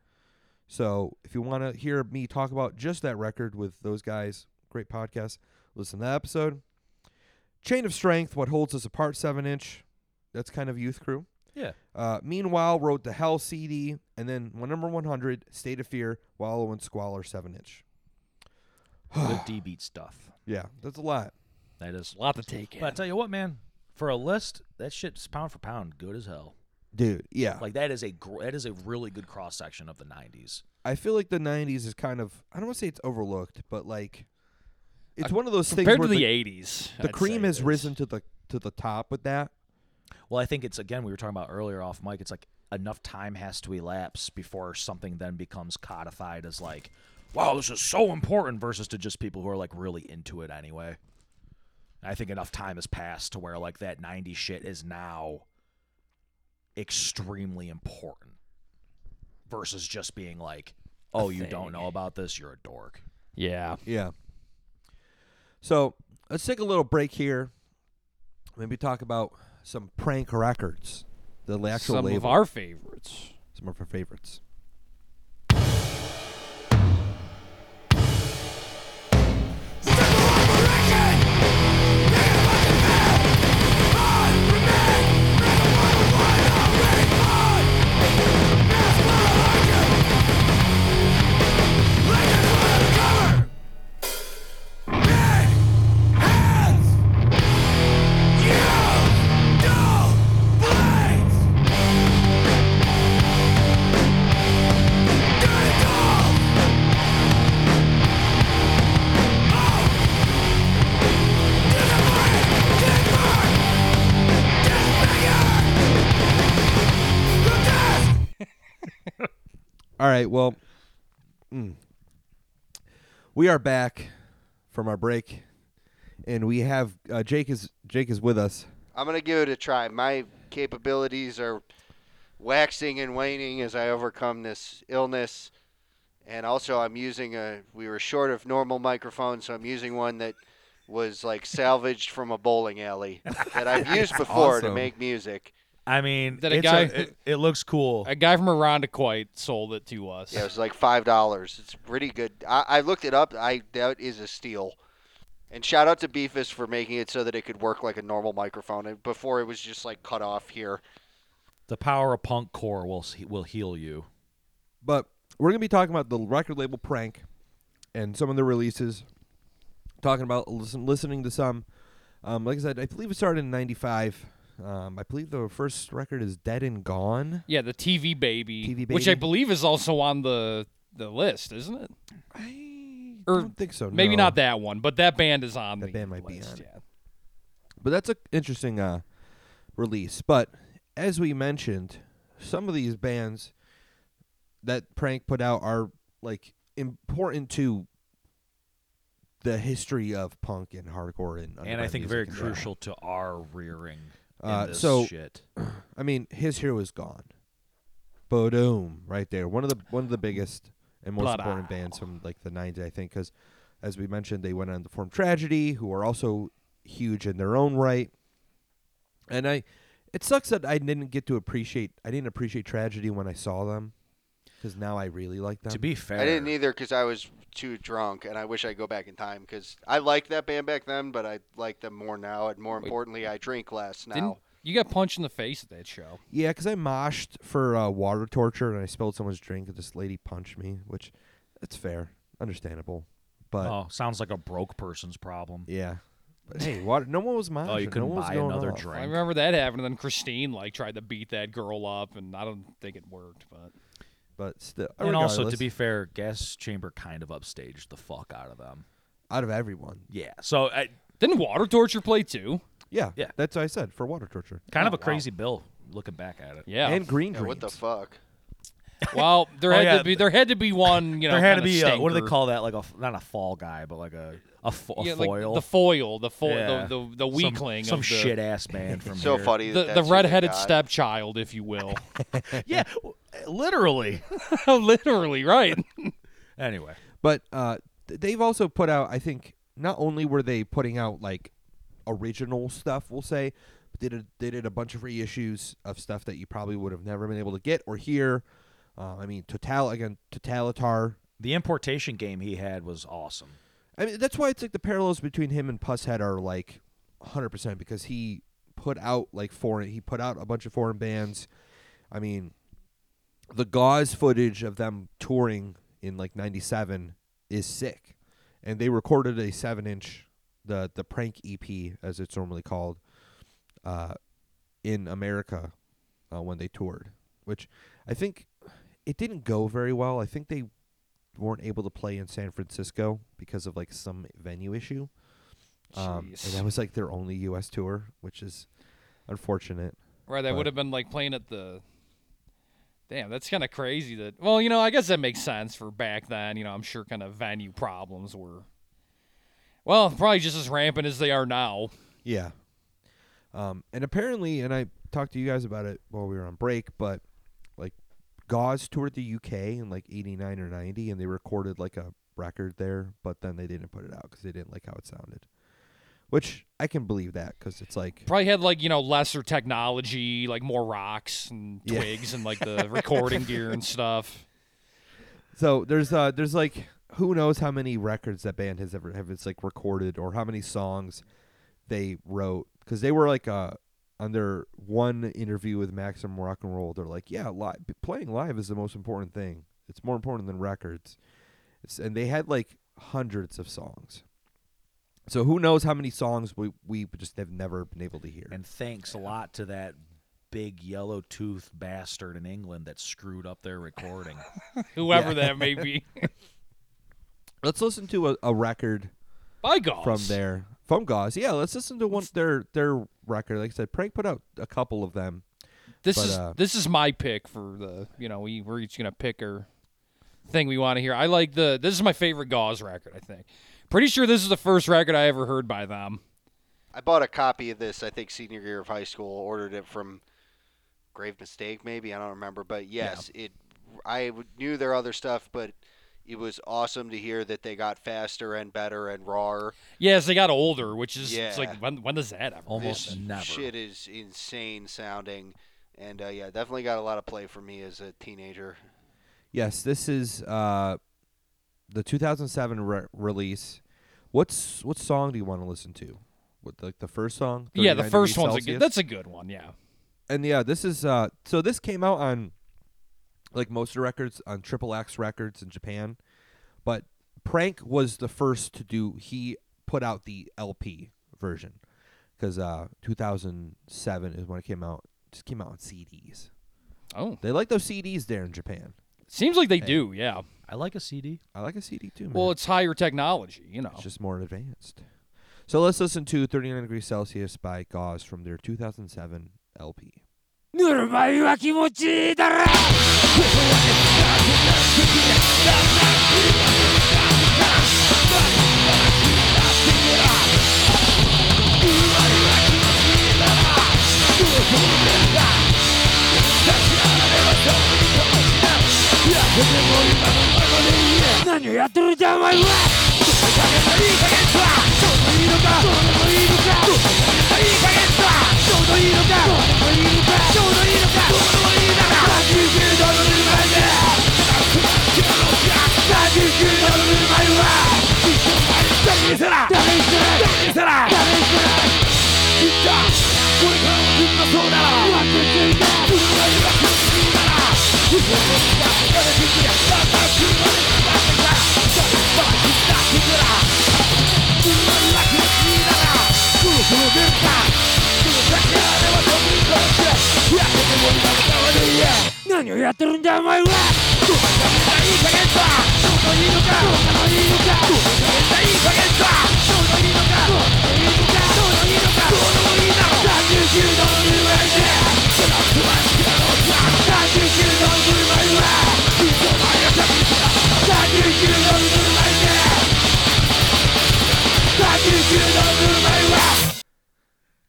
So if you want to hear me talk about just that record with those guys, great podcast. Listen to that episode. Chain of Strength, What Holds Us Apart, seven inch. That's kind of youth crew. Yeah. Uh, meanwhile, wrote the Hell CD, and then one number one hundred, State of Fear, Wallow and Squalor, seven inch. the D beat stuff. Yeah, that's a lot. That is. A lot to take in. But I tell you what, man, for a list, that shit's pound for pound good as hell. Dude, Uh-huh. yeah. Like that is a gr- that is a really good cross section of the '90s. I feel like the '90s is kind of I don't want to say it's overlooked, but like it's one of those things Uh, Compared where to the, the, 80s. the I'd cream say has it is. risen to the to the top with that. Well, I think it's again we were talking about earlier off mic. It's like enough time has to elapse before something then becomes codified as like, wow, this is so important versus to just people who are like really into it anyway. And I think enough time has passed to where like that 90 shit is now extremely important versus just being like, oh, you don't know about this, you're a dork. Yeah. Yeah. So let's take a little break here. Maybe talk about some prank records, the actual Some label, of our favorites. some of our favorites. All right. Well, mm. we are back from our break, and we have uh, Jake is Jake is with us. I'm gonna give it a try. My capabilities are waxing and waning as I overcome this illness, and also I'm using a. We were short of normal microphones, so I'm using one that was like salvaged from a bowling alley that I've used before to awesome. make music. I mean, That a it's guy- it, it looks cool. A guy from Aranda quite sold it to us. Yeah, it was like five dollars. It's pretty good. I, I looked it up. I that is a steal. And shout out to Beefus for making it so that it could work like a normal microphone. And before it was just like cut off here. the power of punk core will s- will heal you. But we're gonna be talking about the record label prank and some of the releases. Talking about listen, listening to some. Um, like I said, I believe it started in '95. Um, I believe the first record is Dead and Gone. Yeah, the TV baby, TV which I Baby. believe is also on the the list, isn't it? I Or don't think so. Maybe no. not that one, but that band is on That the band might be list, on it. yeah. But that's an interesting uh, release. But as we mentioned, some of these bands that Prank put out are like important to the history of punk and hardcore and and I underground think music very in general. crucial to our rearing. in Uh, this so- shit. I mean, his hero is gone. Bodoom, right there. One of the one of the biggest and most Blood important Owl. bands from like the '90s, I think, because as we mentioned, they went on to form Tragedy, who are also huge in their own right. And I, it sucks that I didn't get to appreciate. I didn't appreciate tragedy when I saw them, because now I really like them. To be fair, I didn't either because I was too drunk, and I wish I'd go back in time because I liked that band back then, but I like them more now, and more importantly, I drink less now. Didn't you got punched in the face at that show? Yeah, because I moshed for uh, water torture and I spilled someone's drink and this lady punched me, which that's fair, understandable. But Oh, sounds like a broke person's problem. yeah, but hey, water. No one was moshing. Oh, you no couldn't one was buy going another off. I drink. remember that happened, and then Christine like tried to beat that girl up, and I don't think it worked. But But still, and also, to regardless, be fair, gas chamber kind of upstaged the fuck out of them. out of everyone, Yeah. So uh, I, didn't Water Torture play too? yeah, Yeah. that's what I said for water torture kind of Oh, a crazy bill looking back at it. Yeah. and green Yeah, dreams. what the fuck? well, there had Oh, yeah. to be there had to be one. You know, there had to kinda be a, what do they stinker. call that? Like a f- not a fall guy, but like a a, fo- a Yeah, like foil. the foil, the foil, Yeah. the, the the Some- weakling, some, of the, shit ass band from So here. funny. the, that the that's who they redheaded got. stepchild, if you will. Yeah, w- literally. Literally, right? anyway, But uh, th- they've also put out, I think, not only were they putting out like original stuff, we'll say, but they did, they did a bunch of reissues of stuff that you probably would have never been able to get or hear. Uh, I mean, Total again, Totalitar. the importation game he had was awesome. I mean, that's why it's like the parallels between him and Pusshead are like 100% because he put out like foreign, he put out a bunch of foreign bands. I mean, the gauze footage of them touring in like 97 is sick and they recorded a 7 inch the the prank ep as it's normally called uh in america uh, when they toured which i think it didn't go very well i think they weren't able to play in san francisco because of like some venue issue um, and Jeez. that was like their only us tour which is unfortunate Right, that But- would have been like playing at the. Damn, that's kind of crazy. That well, you know, I guess that makes sense for back then. You know, I'm sure kind of venue problems were. Well, probably just as rampant as they are now. Yeah. Um, and apparently, and I talked to you guys about it while we were on break, but like Gauze toured the UK in like '89 or '90, and they recorded like a record there, but then they didn't put it out because they didn't like how it sounded. Which I can believe that because it's like Probably had like you know lesser technology, like more rocks and Yeah. twigs and like the recording gear and stuff. so. There's uh, there's like who knows how many records that band has ever have it's like recorded or how many songs they wrote because they were like uh on their one interview with Maxim Rock and Roll, they're like, yeah, li- playing live is the most important thing. It's more important than records, it's, and they had like hundreds of songs. So who knows how many songs we we just have never been able to hear? And thanks a lot to that big yellow toothed bastard in England that screwed up their recording. Whoever that may be. Let's listen to a, a record By God. from there from Gauze. Yeah, let's listen to one their their record. Like I said, Prank put out a couple of them. This But, is uh, this is my pick for the you know we we're each gonna pick our thing we want to hear. I like the this is my favorite Gauze record. I think. Pretty sure this is the first record I ever heard by them. I bought a copy of this. I think senior year of high school. Ordered it from Grave Mistake, maybe I don't remember, but yes, it. I w- knew their other stuff, but it was awesome to hear that they got faster and better and rawer. Yeah, as they got older, which is it's Yeah. like when when does that ever? Almost this never. shit is insane sounding, and uh, yeah, definitely got a lot of play for me as a teenager. Yes, this is uh, the 2007 re- release. What's what song do you want to listen to? What like the first song? Yeah, the 39 first degrees one's a Celsius? good. That's a good one. Yeah. and yeah, this is uh, so this came out on like most of the records on Triple X Records in Japan, but Prank was the first to do. He put out the LP version because uh, 2007 is when it came out. Just came out on CDs. Oh, They like those CDs there in Japan. seems like they do. Yeah. I like a CD. I like a CD too. Man. Well, it's higher technology, you know. It's just more advanced. So let's listen to 39 Degrees Celsius by Gauze from their 2007 LP. Yeah.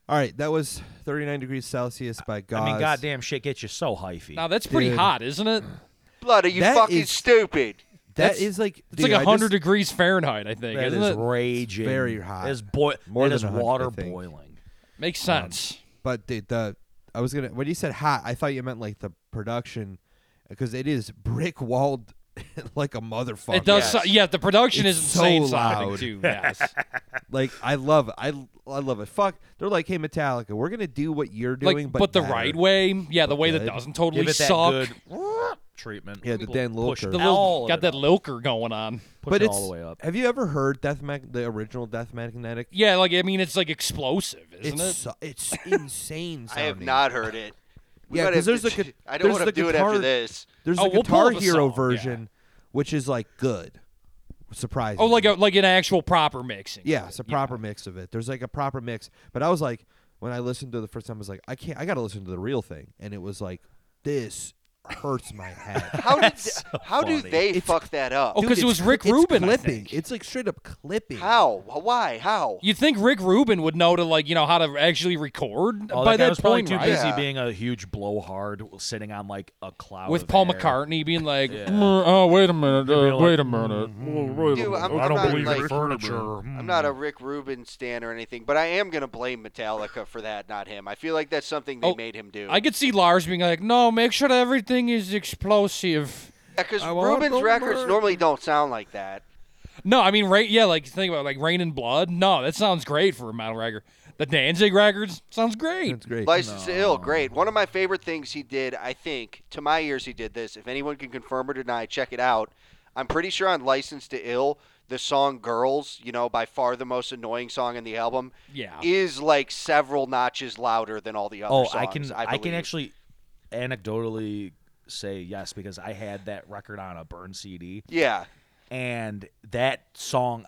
All right, that was 39 degrees Celsius by God. I mean, goddamn shit gets you so hyphy. Now that's pretty Dude. hot, isn't it? Blood, are you That fucking is- stupid? That that's- is like It's dude, like I hundred just- degrees Fahrenheit, I think. That isn't is it? raging. very hot. That is boi- More than that is 100, I water think. boiling. Oh, Makes sense. But the, the I was gonna when you said hot, I thought you meant like the production because it is brick walled like a motherfucker. it does. yes. so- yeah, the production It's is so insane sounding, loud. too. Yes. Like I love it. I I love it. Fuck, they're like, hey Metallica, we're gonna do what you're doing, like, but the better." right way. Yeah, the way that good. doesn't totally Give it that suck. good treatment. Yeah, the Pl- Dan push Lilker. The all little, of got it that up. lilker going on. Push But it it's all the way up. Have you ever heard Death Mag- the original Death Magnetic? Yeah, like I mean, it's like explosive, isn't It's it? so- it's insane. I have sounding. not heard it. We Yeah, might 'cause have there's to- the gu- I there's don't want the to do it guitar- after this. There's Oh, a we'll pull Guitar up a Hero song, yeah. version, which is like good, surprising. Oh, like a like an actual proper mixing. of yeah, it. it's a proper mix of it. There's like a proper mix. But I was like, when I listened to it the first time, I was like, I can't. I gotta listen to the real thing, and it was like, this hurts my head. How did how do they It's- fuck that up? Oh, Dude, 'cause it it's was cl- Rick it's Rubin, I clipping. think. It's like straight up clipping. How? Why? How? You'd think Rick Rubin would know to like you know how to actually record Oh, by that guy that, was probably point, too right? busy Yeah. being a huge blowhard sitting on like a cloud With of Paul air. McCartney being like, Yeah. Mm-hmm. "Mm, "Oh, wait a minute, You'd be uh, like, wait a minute." Dude, I'm, I don't not, believe like, I'm not a mm. Rick Rubin stan or anything, but I am gonna blame Metallica for that, not him. I feel like that's something they Oh, made him do. I could see Lars being like, "No, make sure that everything is explosive." because I want Rubin's the records murder. normally don't sound like that. No, I mean, right? Yeah, like think about it, like Rain and Blood. No, that sounds great for a metal record. The Danzig records sounds great. That's great. License to Ill, great. One of my favorite things he did, I think, to my ears, he did this. If anyone can confirm or deny, check it out. I'm pretty sure on License to Ill, the song Girls, you know, by far the most annoying song in the album, Yeah. is like several notches louder than all the other Oh, songs. I can I, I, can believe. actually anecdotally say yes because I had that record on a burn CD Yeah. and that song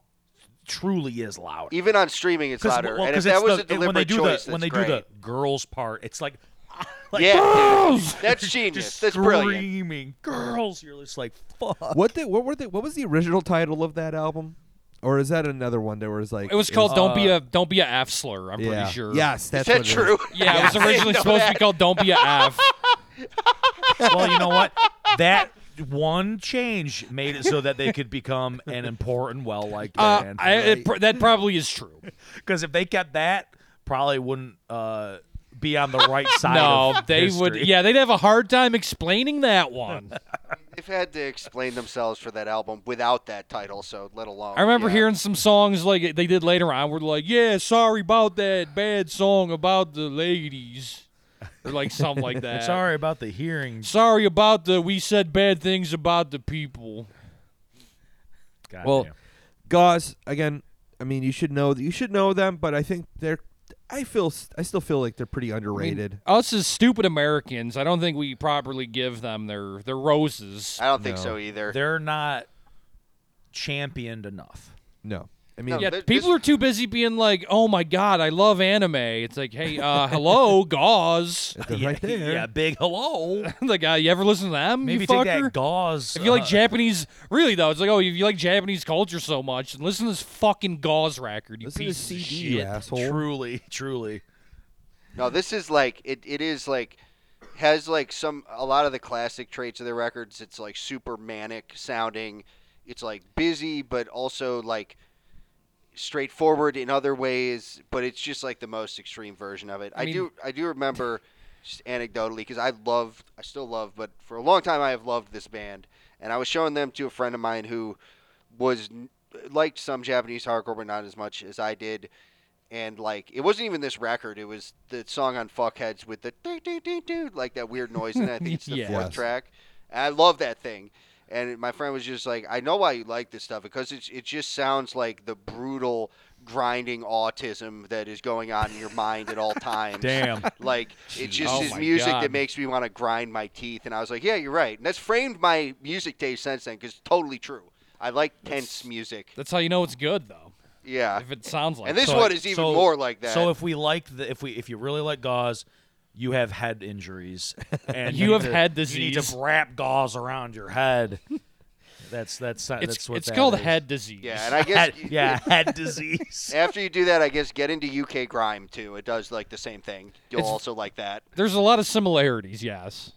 truly is loud. Even on streaming, it's louder. well, and if 'cause that it's was the- a deliberate when they do choice, the when they that's do great. the girls part, it's like, like yeah, dude. that's just genius. That's brilliant. screaming girls. You're just like fuck. What the, What were the? What was the original title of that album? Or is that another one that was like It was called "Don't Be a Don't Be a F slur." I'm yeah. pretty sure. Yes, that's Is that what it true? Yeah, it I was didn't originally know supposed to that. be called "Don't Be a F." well, you know what? That one change made it so that they could become an important, well liked Uh, band. I, it, pr- that probably is true. Because if they kept that, probably wouldn't uh, be on the right side. No, of they would. history. Yeah, they'd have a hard time explaining that one. They've had to explain themselves for that album without that title, so let alone. I remember yeah. hearing some songs like they did later on. Were like, "Yeah, sorry about that bad song about the ladies," or like something like that. Sorry about the hearing. sorry about the we said bad things about the people. God Well, damn. Gauze again. I mean, you should know you should know them, but I think they're. I feel I still feel like they're pretty underrated. Us as stupid Americans, I don't think we properly give them their their roses. I don't think No. so either. they're not championed enough. no, I mean, No, Yeah, th- people this- are too busy being like, "Oh my god, I love anime." It's like, "Hey, uh, hello, gauze." they're right there. Yeah, big hello. like, uh, you ever listen to them? Maybe you take fucker? that gauze. If you like uh, Japanese, really though, it's like, oh, if you like Japanese culture so much, then listen to this fucking gauze record, you Listen to piece CD, of you shit. asshole. truly, truly. No, this is like it. It is like has like some a lot of the classic traits of their records. It's like super manic sounding. It's like busy, but also like straightforward in other ways. But it's just like the most extreme version of it. I, mean- do I do remember just anecdotally because I love I still love, but for a long time I have loved this band, and I was showing them to a friend of mine who was n- liked some Japanese hardcore, but not as much as I did. And like, it wasn't even this record; it was the song on Fuckheads with the doo doo doo doo, like that weird noise, and I think it's the Yes. fourth Yes. track. And I love that thing. And my friend was just like, "I know why you like this stuff because it's it just sounds like the brutal." grinding autism that is going on in your mind at all times Damn. like it just Oh is my music God. that makes me want to grind my teeth. And I was like, yeah, you're right. And that's framed my music taste since then because totally true. I like tense music. That's how you know it's good, though. Yeah. If it sounds like And this it. one is even so- more like that. So if we like the if we if you really like gauze, you have head injuries and You need have to- head You need disease. to wrap gauze around your head. That's that's it's that's what it's that called is. head disease. yeah, and I guess Head- yeah, head disease. after you do that, I guess get into UK grime too. It does like the same thing. You'll It's- also like that. There's a lot of similarities. Yes.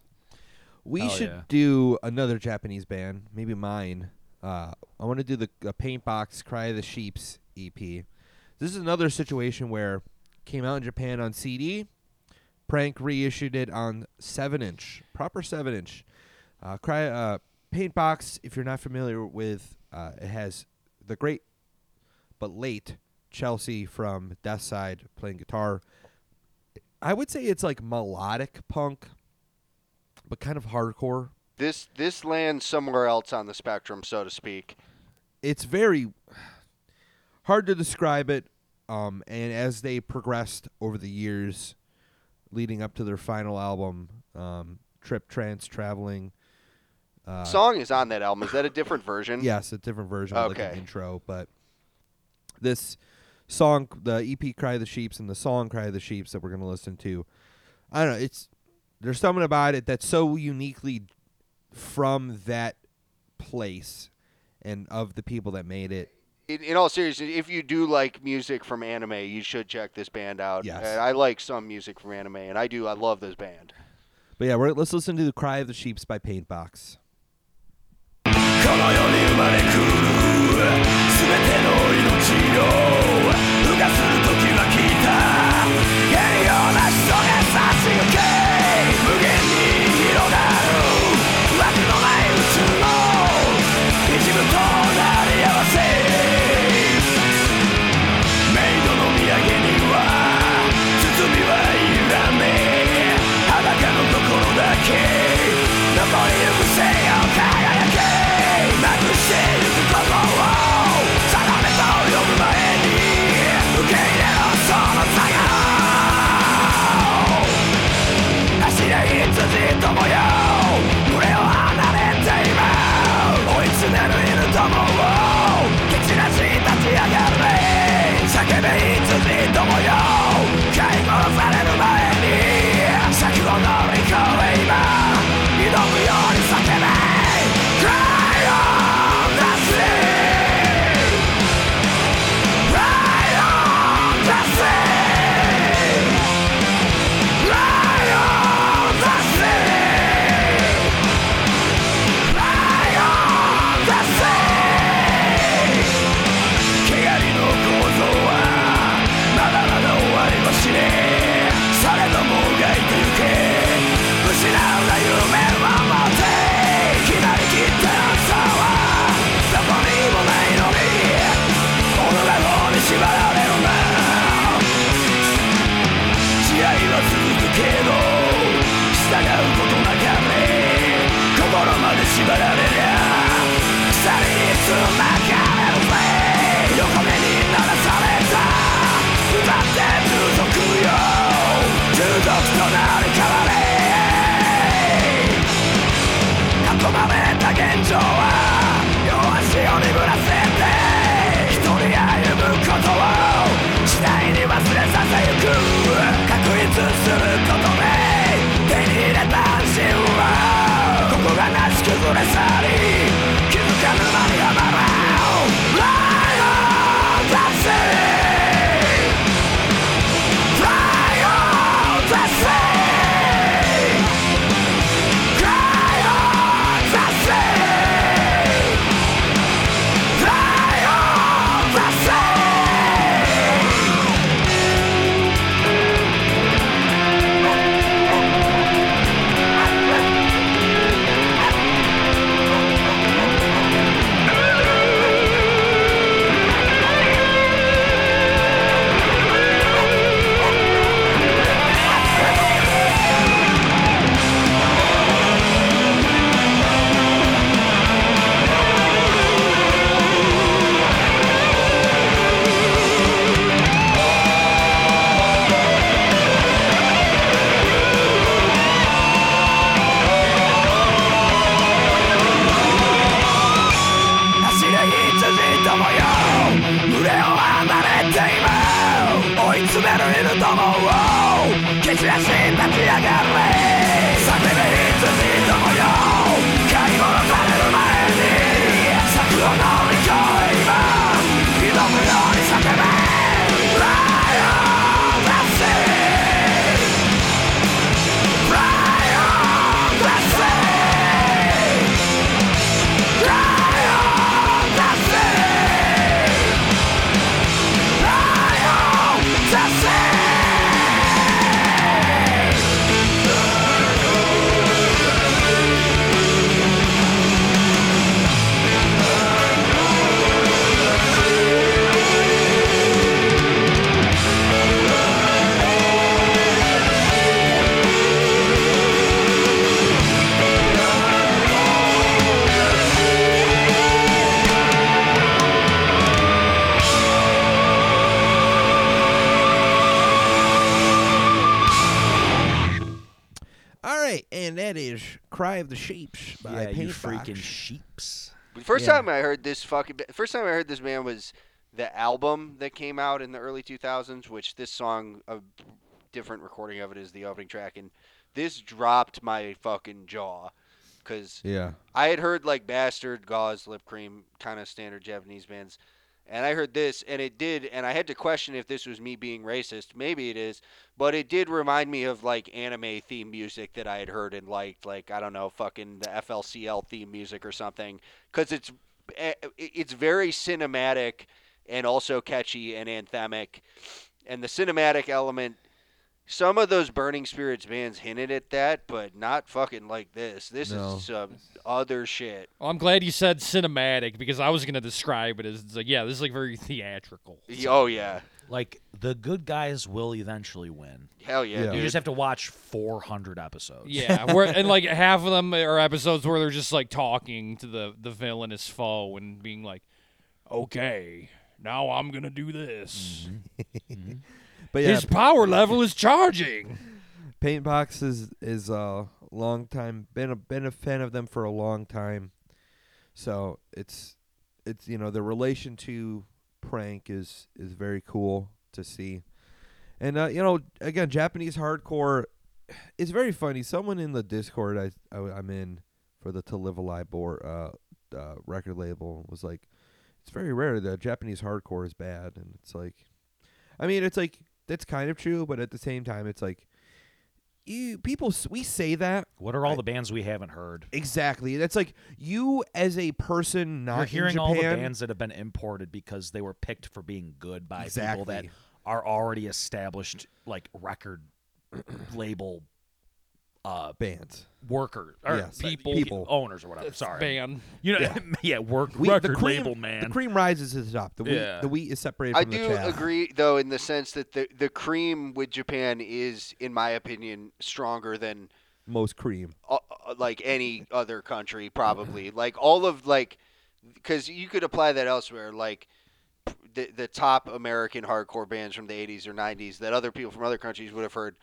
We Oh, should yeah. do another Japanese band, maybe mine. Uh, I want to do the uh, Paint Box Cry of the Sheeps EP. This is another situation where came out in Japan on CD. Prank reissued it on seven inch, proper seven inch. Uh, Cry uh, Paint Box. If you're not familiar with, uh, it has the great but late Chelsea from Death Side playing guitar. I would say it's like melodic punk, but kind of hardcore. This this lands somewhere else on the spectrum, so to speak. It's very hard to describe it. Um, and as they progressed over the years, leading up to their final album, um, Trip Trance Traveling. Uh, Song is on that album. Is that a different version? Yes, a different version, of like an Okay. intro, but this song, the EP "Cry of the Sheeps" and the song "Cry of the Sheeps" that we're gonna listen to, I don't know. It's there's something about it that's so uniquely from that place and of the people that made it. in, in all seriousness, if you do like music from anime, you should check this band out. Yes. And I like some music from anime, and I do. I love this band. But yeah, we're, let's listen to "The Cry of the Sheeps" by Paintbox. この世に生まれくる全ての命を逃がす時は来た栄養な人が差し向け無限に広がる枠のない宇宙の一部となり合わせメイドの土産には包みはいらねえ裸の心だけ残りゆく星を輝けなくしてゆくことを定めと呼ぶ前に受け入れろその差が走れ羊ともよ群れを離れて今追い詰める犬どもを蹴散らし立ち上がるね叫べ羊どもよ飼い殺される前に先を乗り越え今挑むように叫べ Cry on the sea Cry on the sea Yeah. 試合は続くけど従うことなかれ心まで縛られりゃ鎖につまかれるぜ横目に鳴らされた奪って従属よ従属となり変われ囲まれた現状は両足を鈍らせて一人歩むことを次第に忘れさせゆく確立することで手に入れた安心はここがなし崩れ去り気づかぬ間に余るどもを蹴散らし立ち上がれ叫び羊どもよ買い物される前に柵を乗り越え今挑むように叫べ All right, and that is "Cry of the Sheeps" by yeah, you Paint Box. freaking sheeps. The First Yeah. time I heard this fucking. ba- First time I heard this man was the album that came out in the early 2000s, which this song, a different recording of it, is the opening track, and this dropped my fucking jaw, because Yeah, I had heard like Bastard, Gauze, Lip Cream, kind of standard Japanese bands, and I heard this, and it did, and I had to question if this was me being racist. Maybe it is, but it did remind me of like anime theme music that I had heard and liked, like I don't know, fucking the FLCL theme music or something, because it's eh, it's very cinematic and also catchy and anthemic, and the cinematic element some of those Burning Spirits bands hinted at that, but not fucking like this. This No. is some other shit. Well, Oh, I'm glad you said cinematic because I was gonna describe it as it's like yeah, this is like very theatrical. Y- Oh yeah, Like the good guys will eventually win. hell yeah, Yeah. You dude. just have to watch 400 episodes. Yeah, where and like half of them are episodes where they're just like talking to the the villainous foe and being like, "Okay, now I'm gonna do this. but yeah, His power level is charging." Paint Box is is a long time been a been a fan of them for a long time, so it's it's you know the relation to prank is is very cool to see, and uh, you know again Japanese hardcore is very funny. Someone in the Discord I, I am in for the To Live a Lie board uh, uh, record label was like, it's very rare that Japanese hardcore is bad, and it's like, I mean it's like that's kind of true, but at the same time it's like you people s- we say that What are all the bands we haven't heard? exactly that's like you as a person not You're in hearing all the Japan- bands that have been imported because they were picked for being good by people that Exactly. are already established, like record label uh, bands workers or Yes. people, People. owners or whatever. Sorry, man. you know, yeah, work We- record the cream, label the man. cream rises to the top the wheat, Yeah. the wheat is separated I from the do chaff agree though in the sense that the the cream with Japan is, in my opinion, stronger than most cream uh, uh, like any other country probably like all of like because you could apply that elsewhere like the, the top american hardcore bands from the 80s or 90s that other people from other countries would have heard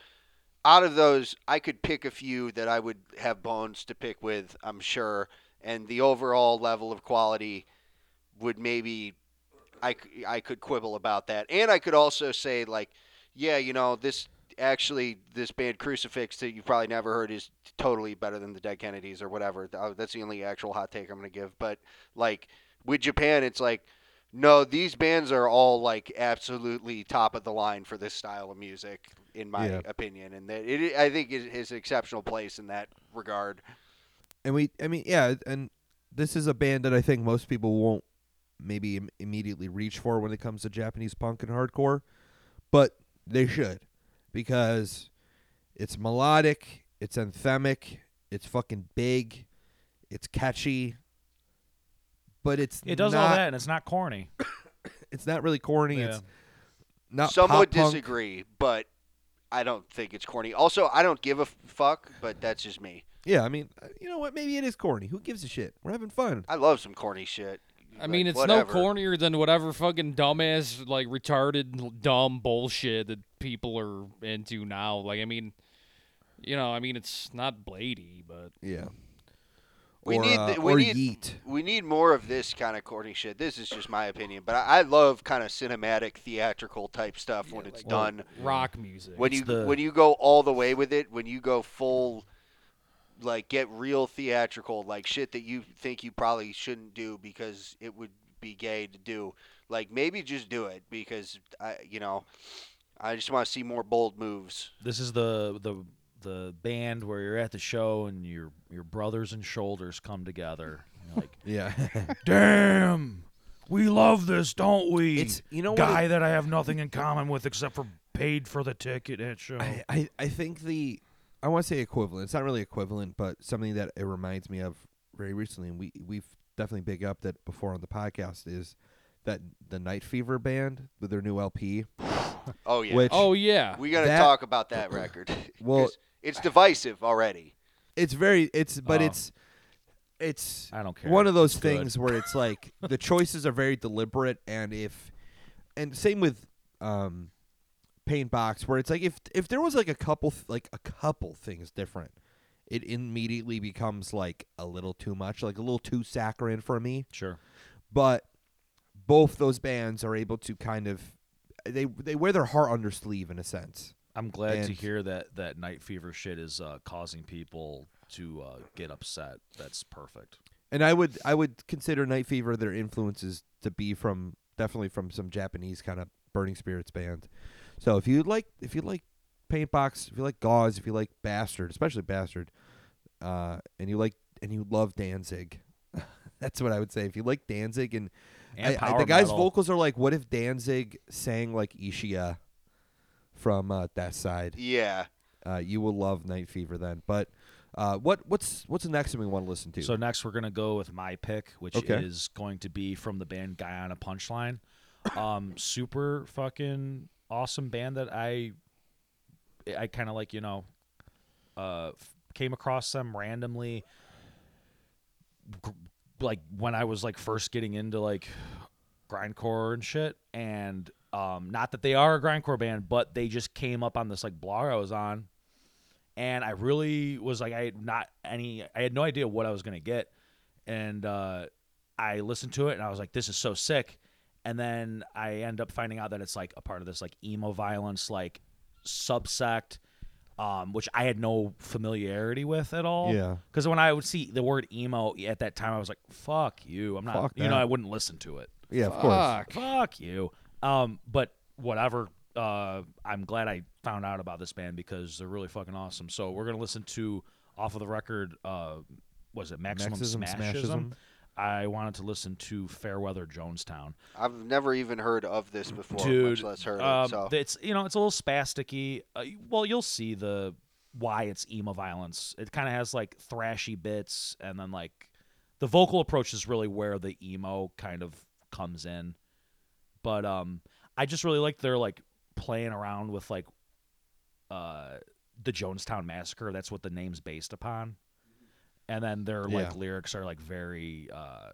out of those i could pick a few that i would have bones to pick with i'm sure and the overall level of quality would maybe I, c- I could quibble about that and i could also say like yeah you know this actually this band crucifix that you probably never heard is totally better than the dead kennedys or whatever Uh, that's the only actual hot take i'm going to give but like with japan it's like no these bands are all like absolutely top of the line for this style of music in my Yeah. opinion and that it i think is, is an exceptional place in that regard and we i mean yeah and this is a band that i think most people won't maybe Im- immediately reach for when it comes to japanese punk and hardcore but they should because it's melodic it's anthemic it's fucking big it's catchy but it's It does not, all that, and it's not corny. it's not really corny it's not some would Uh, pop punk. disagree but i don't think it's corny also i don't give a f- fuck but that's just me yeah i mean uh, you know what maybe it is corny who gives a shit we're having fun i love some corny shit I mean, Like, it's whatever. no cornier than whatever fucking dumbass, like retarded, dumb bullshit that people are into now. Like, I mean, you know, I mean, it's not bladey, but yeah We or, need uh, th- we or need- yeet. We need more of this kind of corny shit. This is just my opinion, but I, I love kind of cinematic, theatrical type stuff when it's done. rock music. when it's you the- when you go all the way with it, when you go full, like get real theatrical, like shit that you think you probably shouldn't do because it would be gay to do. Like maybe just do it because I, you know, I just want to see more bold moves. This is the the the band where you're at the show and your your brothers and shoulders come together. And you're like, Yeah. damn, we love this, don't we? It's- you know what guy it- that I have nothing in common with except for paid for the ticket at show. I, I, I think the I want to say equivalent. It's not really equivalent, but something that it reminds me of very recently, and we we've definitely big up that before on the podcast is that the Night Fever band with their new LP, Oh yeah, which oh yeah, we got to that- talk about that record. Well- 'Cause it's divisive already. it's very it's but Oh. it's it's I don't care. one of those It's good. things where it's like the choices are very deliberate and if and same with um paint box where it's like if if there was like a couple th- like a couple things different it immediately becomes like a little too much like a little too saccharine for me Sure. but both those bands are able to kind of they they wear their heart on their sleeve in a sense I'm glad to And- hear that that night fever shit is uh, causing people to uh, get upset. That's perfect. And I would I would consider Night Fever their influences to be from definitely from some Japanese kind of Burning Spirits band. So if you like if you like Paint Box, if you like Gauze, if you like Bastard, especially Bastard, uh, and you like and you love Danzig, that's what I would say. If you like Danzig and, And I- I- power the guy's metal. vocals are like, what if Danzig sang like Ishia from uh, that side? Yeah. Uh, you will love Night Fever then. But uh, what what's what's the next thing we want to listen to? So next we're gonna go with my pick, which Okay. is going to be from the band Guy on a Punchline. Um, super fucking awesome band that I, I kind of like you know, uh, f- came across them randomly, gr- like when I was like first getting into like grindcore and shit, and um, not that they are a grindcore band, but they just came up on this like blog I was on and I really was like I had not any I had no idea what I was gonna get, and uh, I listened to it and I was like this is so sick, and then I end up finding out that it's like a part of this like emo violence like subsect, um, which I had no familiarity with at all. Yeah. because when I would see the word emo at that time, I was like fuck you, I'm not Fuck you know that. I wouldn't listen to it. yeah, of course. Fuck. Fuck you. Um, but whatever. Uh, I'm glad I found out about this band because they're really fucking awesome. So we're gonna listen to off of the record. Uh, was it Maximum Maxism, Smashism? Smashism. I wanted to listen to Fairweather Jonestown. I've never even heard of this before, Dude, much less heard um, it. So it's you know it's a little spasticky. Uh, well, you'll see the why it's emo violence. It kind of has like thrashy bits, and then like the vocal approach is really where the emo kind of comes in. But um, I just really like their like playing around with like uh the Jonestown Massacre. That's what the name's based upon. And then their like Yeah. lyrics are like very uh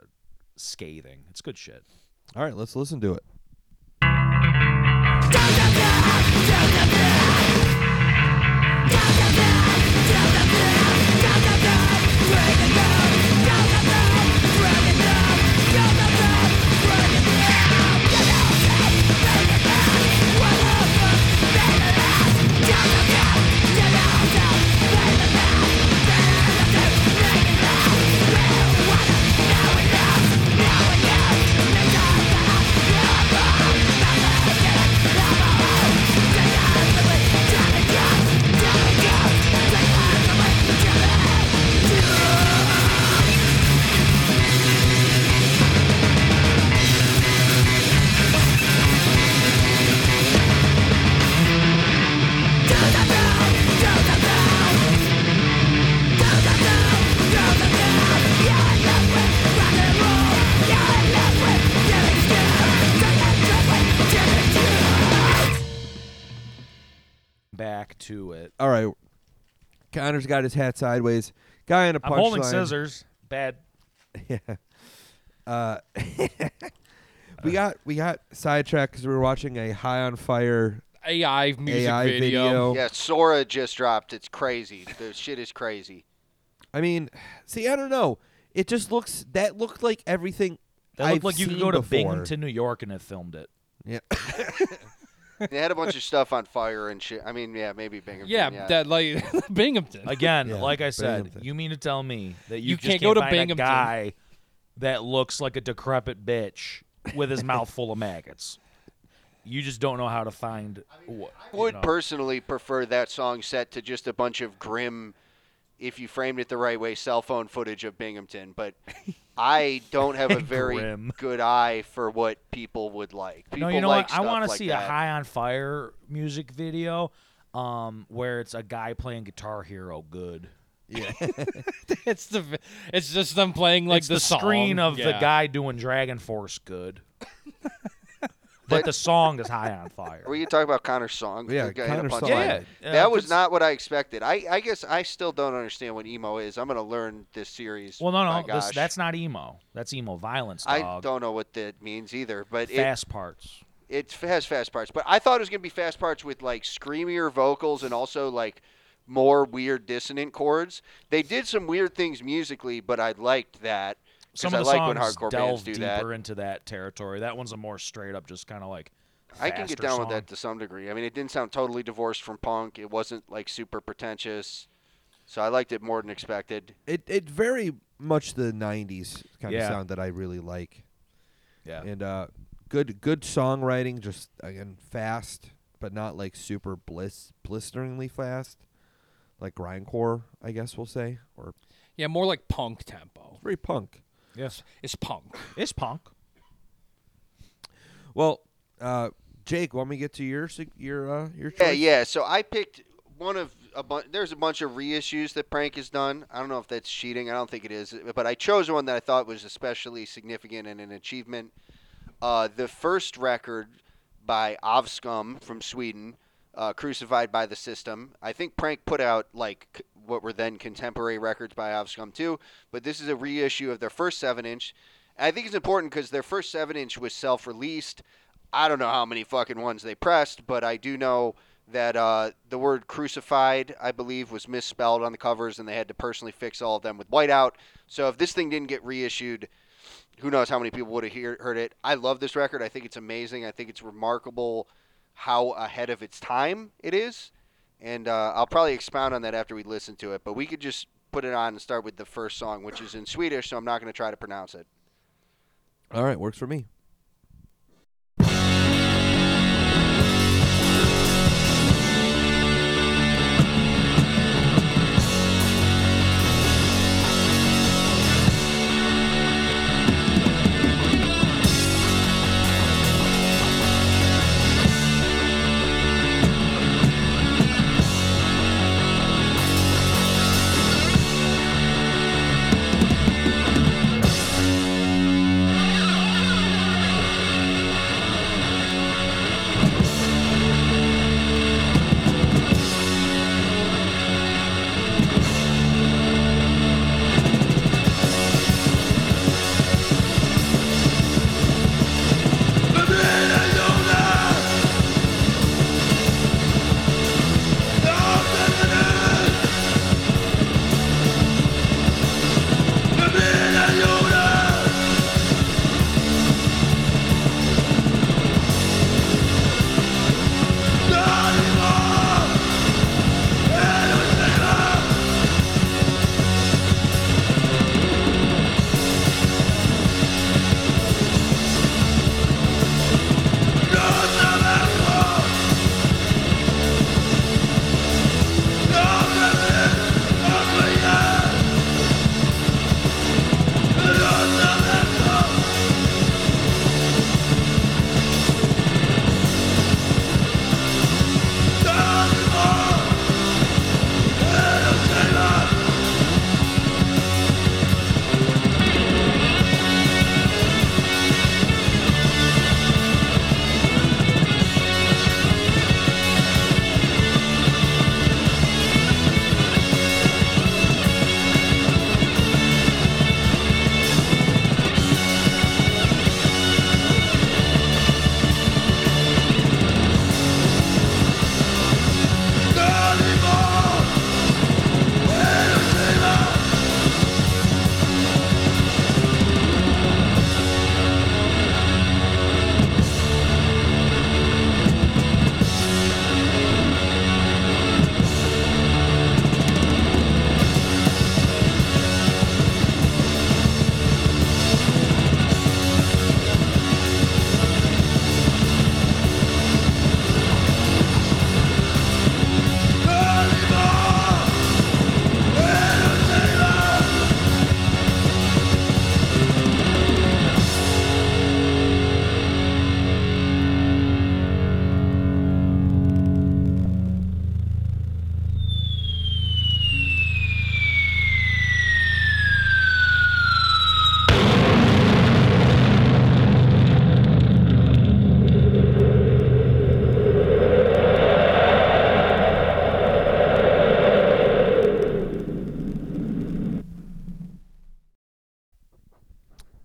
scathing. It's good shit. All right, let's listen to it. Back to it. All right. Connor's got his hat sideways. Guy on a I'm punchline. holding scissors. Bad. We got we got sidetracked because we were watching a High on Fire AI music AI video. yeah, Sora just dropped. It's crazy. The shit is crazy. I mean, see, I don't know. It just looks that looked like everything. That looked I've like you seen could go to before. Binghamton, New York, and have filmed it. Yeah, They had a bunch of stuff on fire and shit. I mean, yeah, maybe Binghamton. Yeah, that like Binghamton. Again, Yeah, like I said, Binghamton. you mean to tell me that you, You just can't go to find Binghamton. a guy that looks like a decrepit bitch with his mouth full of maggots? You just don't know how to find. what, I would you know. personally prefer that song set to just a bunch of grim, if you framed it the right way, cell phone footage of Binghamton. But I don't have a very Grim. good eye for what people would like. no, People you know like what? I stuff wanna like see that. a High on Fire music video, um, where it's a guy playing Guitar Hero good. it's the it's just them playing like it's the, the, screen song. of the Yeah. guy doing Dragon Force good. but the song is high on fire. Were you talking about Connor's song? Yeah, The guy in a Connor's punchline? song. Yeah, yeah. that Uh, was that's- not what I expected. I, I guess I still don't understand what emo is. I'm gonna learn this series. Well, My no, no, this, gosh. that's not emo. That's emo violence, dog. I don't know what that means either. But it, Fast parts. it has fast parts, but I thought it was going to be fast parts with like screamier vocals and also like more weird dissonant chords. They did some weird things musically, but I liked that because Some I of the like when songs hardcore bands delve do deeper that. into that territory. That one's a more straight up, just kind of like. I can get faster down with song. that to some degree. I mean, it didn't sound totally divorced from punk. It wasn't like super pretentious, so I liked it more than expected. it it very much the '90s kind Yeah. of sound that I really like. Yeah. and uh, good good songwriting. Just again, fast, but not like super bliss blisteringly fast, like grindcore, I guess we'll say, or yeah, more like punk tempo. very punk. Yes. It's punk. It's punk. Well, uh, Jake, want me to get to your sig- your uh, your choice? Yeah, yeah. So I picked one of a bunch. There's a bunch of reissues that Prank has done. I don't know if that's cheating. I don't think it is, but I chose one that I thought was especially significant and an achievement. Uh, the first record by Avskum from Sweden, uh, "Crucified by the System." I think Prank put out like c- what were then contemporary records by Avskum too, but this is a reissue of their first seven-inch. I think it's important because their first seven-inch was self-released. I don't know how many fucking ones they pressed, but I do know that uh, the word crucified, I believe, was misspelled on the covers, and they had to personally fix all of them with whiteout. So if this thing didn't get reissued, who knows how many people would have hear, heard it. I love this record. I think it's amazing. I think it's remarkable how ahead of its time it is. And uh, I'll probably expound on that after we listen to it, but we could just put it on and start with the first song, which is in Swedish, so I'm not going to try to pronounce it. All right, works for me. 「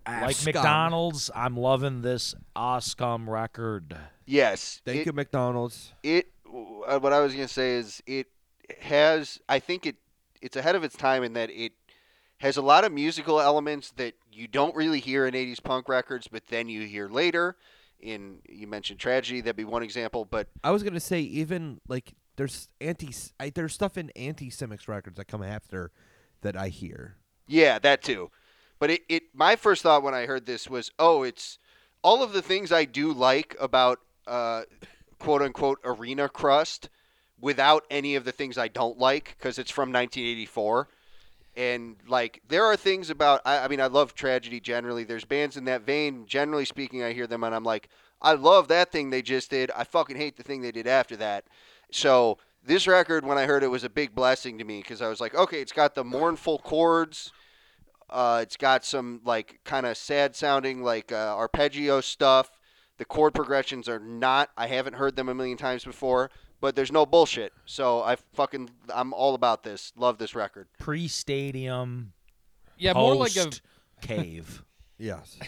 like Scum. McDonald's, I'm loving this Oscom record. Yes. Thank it, you, McDonald's. It. uh, What I was gonna say is it has. I think it. It's ahead of its time in that it has a lot of musical elements that you don't really hear in 80s punk records, but then you hear later. In you mentioned tragedy, that'd be one example, but I was gonna say even like there's anti I, there's stuff in anti-Semics records that come after that I hear. Yeah, that too. But it, it my first thought when I heard this was, oh, it's all of the things I do like about uh, quote unquote arena crust without any of the things I don't like because it's from 1984. And like there are things about I, I mean I love tragedy generally. There's bands in that vein. Generally speaking, I hear them and I'm like, I love that thing they just did. I fucking hate the thing they did after that. So this record, when I heard it, was a big blessing to me because I was like, okay, it's got the mournful chords. Uh, it's got some like kind of sad sounding like uh, arpeggio stuff. The chord progressions are not. I haven't heard them a million times before, but there's no bullshit. So I fucking I'm all about this. Love this record. Pre stadium, Yeah, more like a cave. Yes.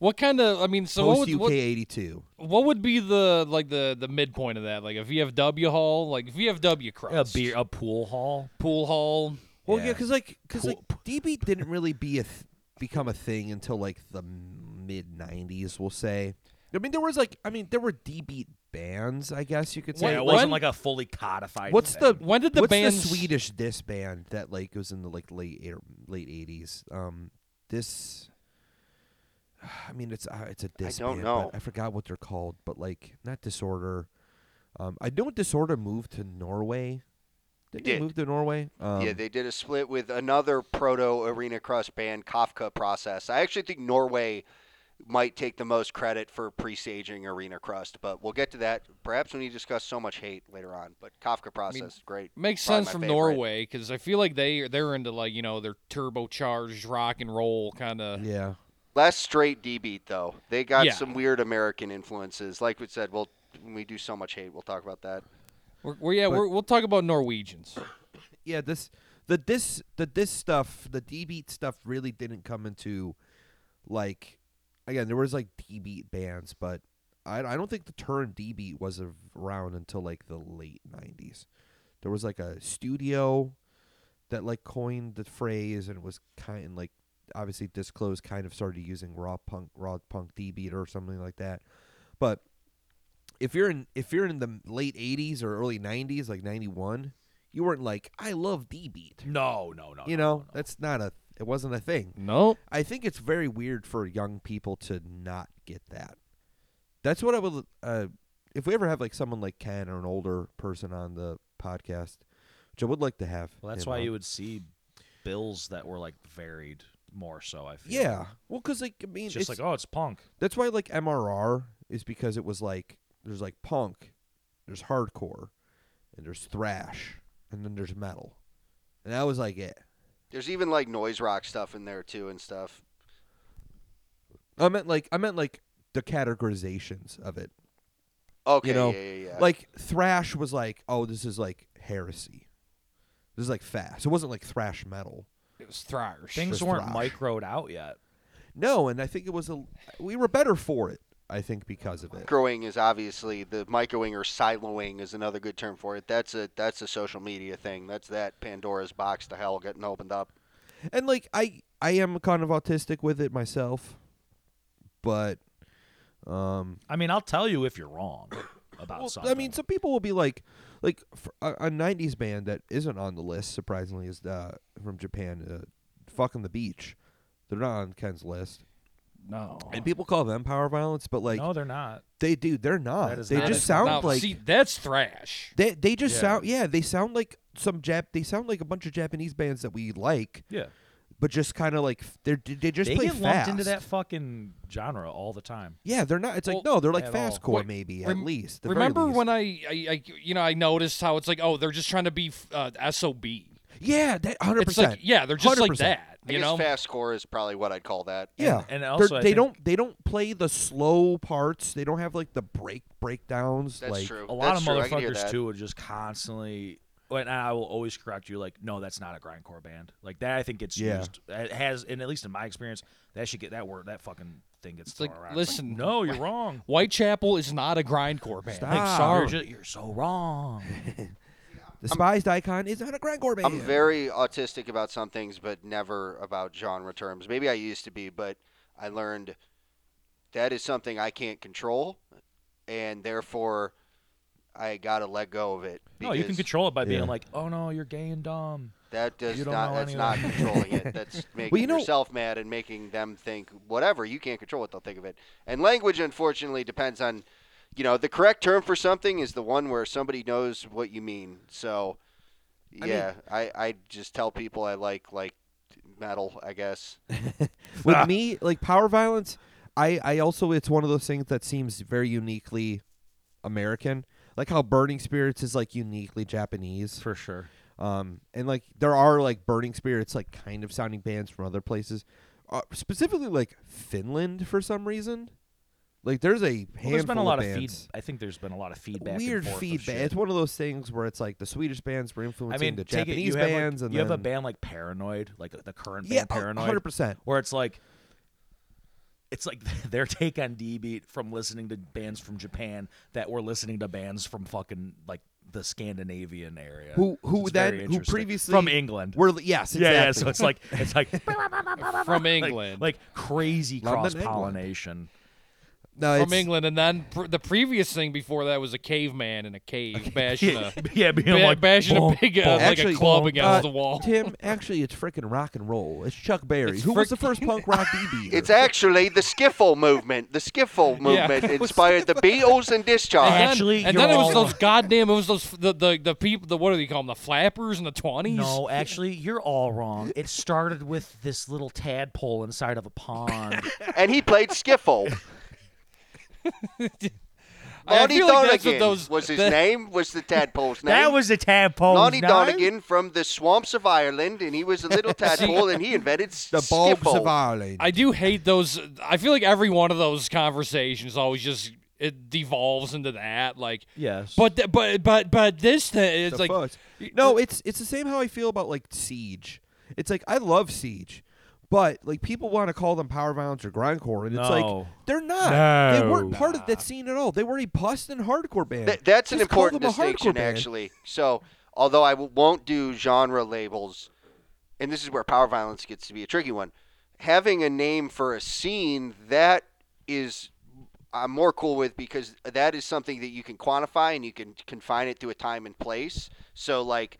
what kind of? I mean, so what Post would, UK what, '82. what would be the like the the midpoint of that? Like a VFW hall, like VFW a crust, beer, a pool hall. pool hall. Well, yeah, Yeah. because like because like Cool. DB didn't really be a th- become a thing until like the mid '90s. We'll say. I mean, there was like I mean, there were DB bands. I guess you could What- say. Yeah, it when- wasn't like a fully codified. What's thing. the When did the what's band the Swedish disc band that like was in the like late eight- late eighties? Um, this. I mean, it's uh, it's a disc don't band. know. But I forgot what they're called, but like not Disorder. Um, I know Disorder moved to Norway. Did they did. move to Norway? Um, yeah, they did a split with another proto arena crust band, Kafka Process. I actually think Norway might take the most credit for presaging arena crust, but we'll get to that perhaps when you discuss so much hate later on. But Kafka Process, great. Makes Probably sense my from favorite. Norway because I feel like they they're into like you know their turbocharged rock and roll kind of. yeah. Less straight D beat though. They got Yeah. some weird American influences. Like we said, we'll when we do so much hate, we'll talk about that. We're, we're, yeah, we're, we'll talk about Norwegians. yeah this the this the this stuff the d beat stuff really didn't come into like again there was like d beat bands but I, I don't think the term d beat was av- around until like the late 90s there was like a studio that like coined the phrase and it was kind of like obviously disclosed kind of started using raw punk raw punk d beat or something like that but if you're in if you're in the late 80s or early 90s like 91 you weren't like I love D beat. No, no, no. You no, know, no, no. that's not a it wasn't a thing. No, I think it's very weird for young people to not get that. That's what I would uh if we ever have like someone like Ken or an older person on the podcast, which I would like to have. Well, that's him why on. you would see bills that were like varied more so. I feel. Yeah. Well, cuz like I mean It's just it's- like oh, it's punk. That's why like MRR is because it was like there's like punk, there's hardcore, and there's thrash, and then there's metal. And that was like it. There's even like noise rock stuff in there too and stuff. I meant like I meant like the categorizations of it. Okay, You know, yeah, yeah, yeah. Like thrash was like, oh, this is like heresy. This is like fast. It wasn't like thrash metal. it was thrash. Things for weren't thrash. microed out yet. No, and I think it was a we were better for it. I think because of it. microing is obviously the microing or siloing is another good term for it. That's a that's a social media thing. That's that Pandora's box to hell getting opened up. And like I I am kind of autistic with it myself, but um I mean, I'll tell you if you're wrong about Well, something. I mean, some people will be like, like f- a, a '90s band that isn't on the list. Surprisingly, is uh, from Japan, uh, "Fuck on the Beach." They're not on Ken's list, No, and people call them power violence, but like no, they're not. they do, they're not. That is They not- just it's sound Now, like see that's thrash. they they just Yeah. sound yeah. They sound like some Jap. They sound like a bunch of Japanese bands that we like, Yeah, but just kind of like f- they're they just they play get lumped into fast. that fucking genre all the time. Yeah, they're not. It's like Well, no, they're like at all. fastcore core Wait, maybe rem- at least. the very Remember least. when I, I, I, you know, I noticed how it's like, oh, they're just trying to be uh, sob. Yeah, that hundred It's like, percent. yeah, they're just like 100%. that. I You guess know, fast core is probably what I'd call that. Yeah, and Oh. They're- also I they think- don't they don't play the slow parts. They don't have like the break breakdowns. That's like, true. A lot That's of true. I can hear motherfuckers that. too would just constantly and I will always correct you. Like, no, that's not a grindcore band. Like that, I think gets Yeah. used. It has, and at least in my experience, that should get that word, that fucking thing gets like, thrown around. It's listen, no, you're wrong. Whitechapel is not a grindcore band. Stop. I'm You're, sorry. ju- you're so wrong. Despised icon is not a grindcore band. I'm very autistic about some things, but never about genre terms. Maybe I used to be, but I learned that is something I can't control, and therefore I gotta let go of it. No, you can because control it by being Yeah. like, oh no, you're gay and dumb. That does You don't not. know That's anyone. not controlling it. That's making you know- yourself mad and making them think whatever. You can't control what they'll think of it. And language, unfortunately, depends on, you know, the correct term for something is the one where somebody knows what you mean. So, yeah, I, I, just tell people I like like metal. I guess With me, like power violence, I I also it's one of those things that seems very uniquely American. Like how Burning Spirits is like uniquely Japanese. For sure. Um, and like there are like Burning Spirits like kind of sounding bands from other places, uh, specifically like Finland for some reason. Like there's a handful Well, there's been a lot of feed. bands. I think there's been a lot of feedback. and Weird forth of feedback. shit. It's one of those things where it's like the Swedish bands were I influencing mean, the take Japanese it, you bands, have, and like, you have a then- band like Paranoid, like the current yeah, oh, band Paranoid, hundred percent. where it's like, it's like their take on D beat from listening to bands from Japan that were listening to bands from fucking like the Scandinavian area. Who who It's very then who interesting. previously from England? were yes exactly. Yeah, yeah. So it's like it's like From like- England. like, crazy London, cross England. pollination. no, from it's- England, and then pr- the previous thing before that was a caveman in a cave bashing a yeah, being ba- like bashing boom, a big uh, boom. like Actually, a club uh, against the wall. Tim, actually, it's freaking rock and roll. It's Chuck Berry. It's who was the frick- first punk rock DB? it's actually the skiffle movement. The skiffle movement inspired the Beatles and Discharge. And then- Actually, and you're then it was all those goddamn it was those the the, the people the what do they call them the flappers and the twenties. No, actually, you're all wrong. It started with this little tadpole inside of a pond. and he played skiffle. I Lonnie feel like that's what Donegan those- was his that- name. Was the tadpole's name? that was a tadpole. Lonnie Donegan from the swamps of Ireland, and he was a little tadpole, and he invented s- the bulbs skiffle. of Ireland. I do hate those. I feel like every one of those conversations always just it devolves into that. Like, Yes. but th- but but but this thing it's The like fuss. no, it's it's the same how I feel about like Siege. It's like I love Siege, but like people want to call them power violence or grindcore, and it's No. like they're not. They weren't part of that scene at all. They were a Boston hardcore band. Th- that's an Just call important them a hardcore distinction, band. actually. So, although I w- won't do genre labels, and this is where power violence gets to be a tricky one, having a name for a scene that is I'm more cool with because that is something that you can quantify and you can confine it to a time and place. So, like,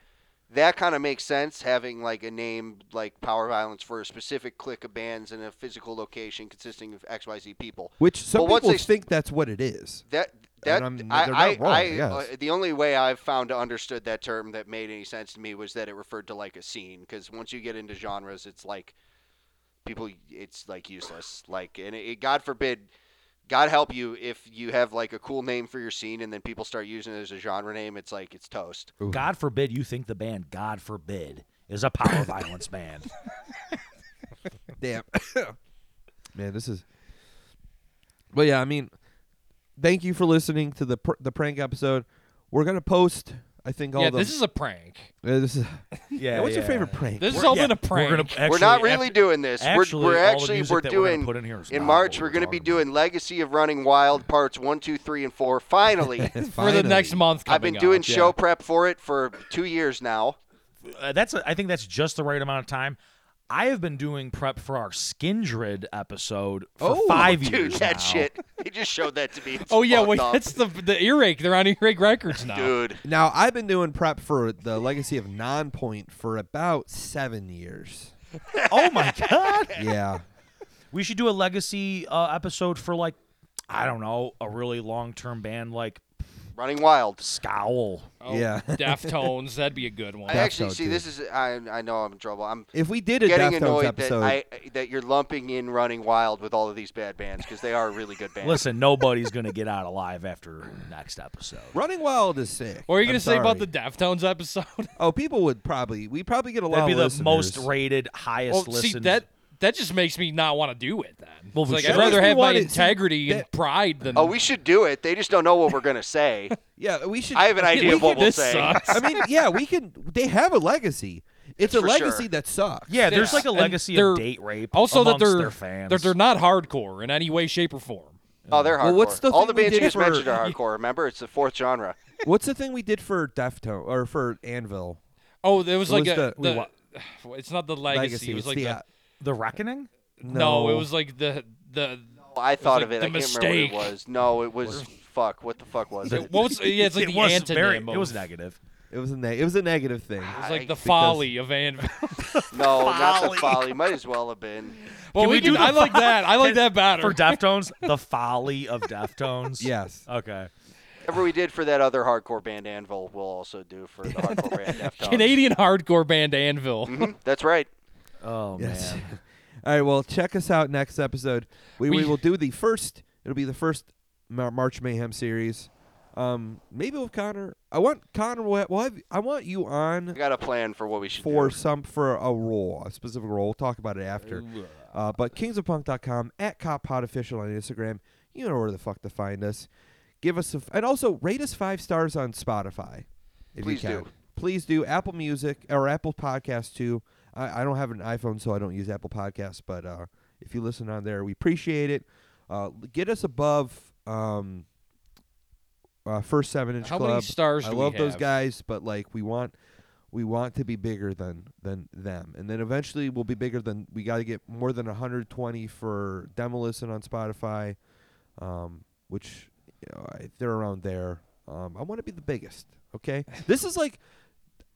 that kind of makes sense having like a name like power violence for a specific clique of bands in a physical location consisting of xyz people Which some But once people they s- think that's what it is. that that I'm- I, they're I, not wrong, I I, uh, guess. the only way I've found to understood that term that made any sense to me was that it referred to like a scene because once you get into genres, it's like people, it's like useless. Like, and it, God forbid, God help you if you have like a cool name for your scene and then people start using it as a genre name. It's like it's toast. God forbid you think the band God forbid is a power violence band. Damn. Man, this is. But yeah, I mean, thank you for listening to the pr- the prank episode. We're gonna post. I think all yeah, the this is a prank. this is. Yeah. what's your favorite prank? This is We're- all yeah, been a prank. We're, gonna actually, we're not really after- doing this. actually, we're we're all the actually music we're that we're gonna doing put in here is in not March. what We're we're going to be talking about. doing Legacy of Running Wild parts one, two, three, and four. Finally. for the next month. I've been coming doing up, yeah. show prep for it for two years now. uh, that's a, I think that's just the right amount of time. I have been doing prep for our Skindred episode for Oh, five Dude, years. that now. shit. They just showed that to me. It's Oh yeah, fucked wait, up. that's the the earache. They're on earache records now. dude. Now I've been doing prep for the legacy of non point for about seven years. Oh my god! Yeah, We should do a legacy uh, episode for like I don't know a really long term band like Running wild. Scowl. Oh, Yeah. Deftones, that'd be a good one. I actually Deftones, see dude. this is. I I know I'm in trouble. I'm if we did a getting Deftones annoyed episode, that I that you're lumping in Running Wild with all of these bad bands because they are really good bands. Listen, nobody's gonna get out alive after next episode. Running Wild is sick. What are you I'm gonna say about the sorry. Deftones episode? Oh, people would probably we probably get a lot. That'd be of the most listeners. rated, highest Well, listened. see that that just makes me not want to do it. Then Well, It's we like should. I'd rather Makes me have my wanna- see, integrity and that- pride than Oh, we should do it. They just don't know what we're gonna say. Yeah, we should. I have an we idea of could- what we'll this say. sucks. I mean, yeah, we can. They have a legacy. It's a For legacy sure. that sucks. Yeah, there's Yeah, like a and legacy they're- of date rape. also that amongst they're their fans. that they're not hardcore in any way, shape, or form. Oh, they're hardcore. Well, what's the All the thing we bands you did just for- mentioned are hardcore. Remember, it's the fourth genre. What's the thing we did for Deftone or for Anvil? Oh, it was It like was a. the- we the- it's not the legacy. It was it's like the, the, uh, the reckoning. no. no. it was like the the. I thought like of it. the I can't remember mistake. what it was. No, it was fuck. What the fuck was it? What was yeah? It's like it the was antonym. very. of, It was negative. it was a ne- it was a negative thing. It was like the Because- folly of Anvil. No, not the folly. Might as well have been. well, we we, do do. the I like that. I like that better. For Deftones, the folly of Deftones. Yes. Oh, Okay. Whatever we did for that other hardcore band Anvil, we'll also do for the hardcore band Deftones. Canadian hardcore band Anvil. Mhm, That's right. Oh Yes. man. All right. Well, check us out next episode. We, we, We- will do the first. It'll be the first Mar- March Mayhem series. Um, maybe with Connor. I want Connor. We'll have, we'll have- I want you on I got a plan for what we should for do. some for a role, a specific role. We'll talk about it after. Uh, but kingsofpunk.com at Cop Pod Official on Instagram. You know where the fuck to find us. Give us a f- and also rate us five stars on Spotify. If Please you can. do. Please do Apple Music or Apple Podcasts too. I, I don't have an iPhone, so I don't use Apple Podcasts. But uh, if you listen on there, we appreciate it. Uh, l- get us above um, uh, first seven inch How club. many stars I do we love those have? guys, but like we want we want to be bigger than than them, and then eventually we'll be bigger than we got to get more than 120 for Demolison on Spotify, um, which you know, I, they're around there. Um, I want to be the biggest. Okay, this is like.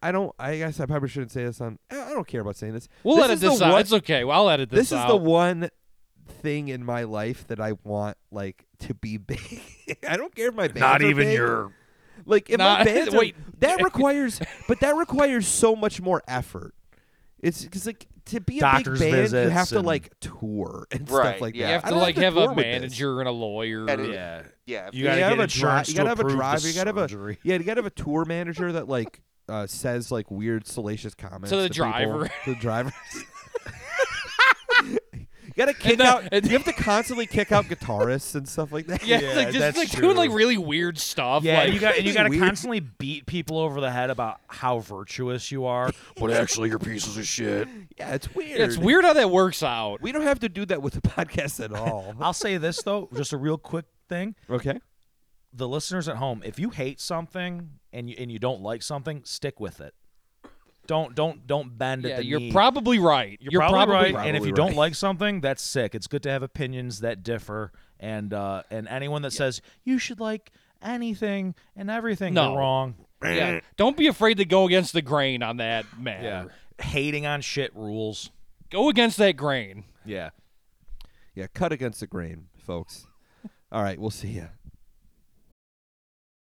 I don't. I guess I probably shouldn't say this on. I I don't care about saying this. We'll this edit is the this out. one- it's okay. Well, I'll edit this, this is out. the one thing in my life that I want like to be big. I don't care if my bands Not are even big. your. like if my Not- bands are- wait. that requires but that requires so much more effort. It's because like to be a Doctor's big band you have visits to and- like tour and Right, stuff like yeah. that. you have I to don't like have, tour a with this. manager and a lawyer. And it- Yeah. Yeah. if- Yeah, you You gotta get gotta have a drive. insurance You gotta to have a approve the driver. You gotta have a surgery. yeah. You gotta have a tour manager that like uh, says like weird salacious comments the people- driver. the drivers. you gotta kick then- out. and- you have to constantly kick out guitarists and stuff like that. yeah, Yeah, it's like that's just like doing like true. really weird stuff. Yeah, like, you got and you got to Weird. constantly beat people over the head about how virtuous you are, but actually you're pieces of shit. Yeah, it's weird. it's weird how that works out. We don't have to do that with the podcast at all. I'll say this though, just a real quick thing: okay. the listeners at home, if you hate something and you and you don't like something, stick with it. Don't don't don't bend at yeah, the you're knee. probably right. You're, probably, right, right. and if Probably you right. don't like something, that's sick. It's good to have opinions that differ, and uh, and anyone that says you should like anything and everything, No. they're wrong. Yeah. Don't be afraid to go against the grain on that matter. hating on shit rules. Go against that grain. Yeah. Yeah, cut against the grain, folks. All right, we'll see ya.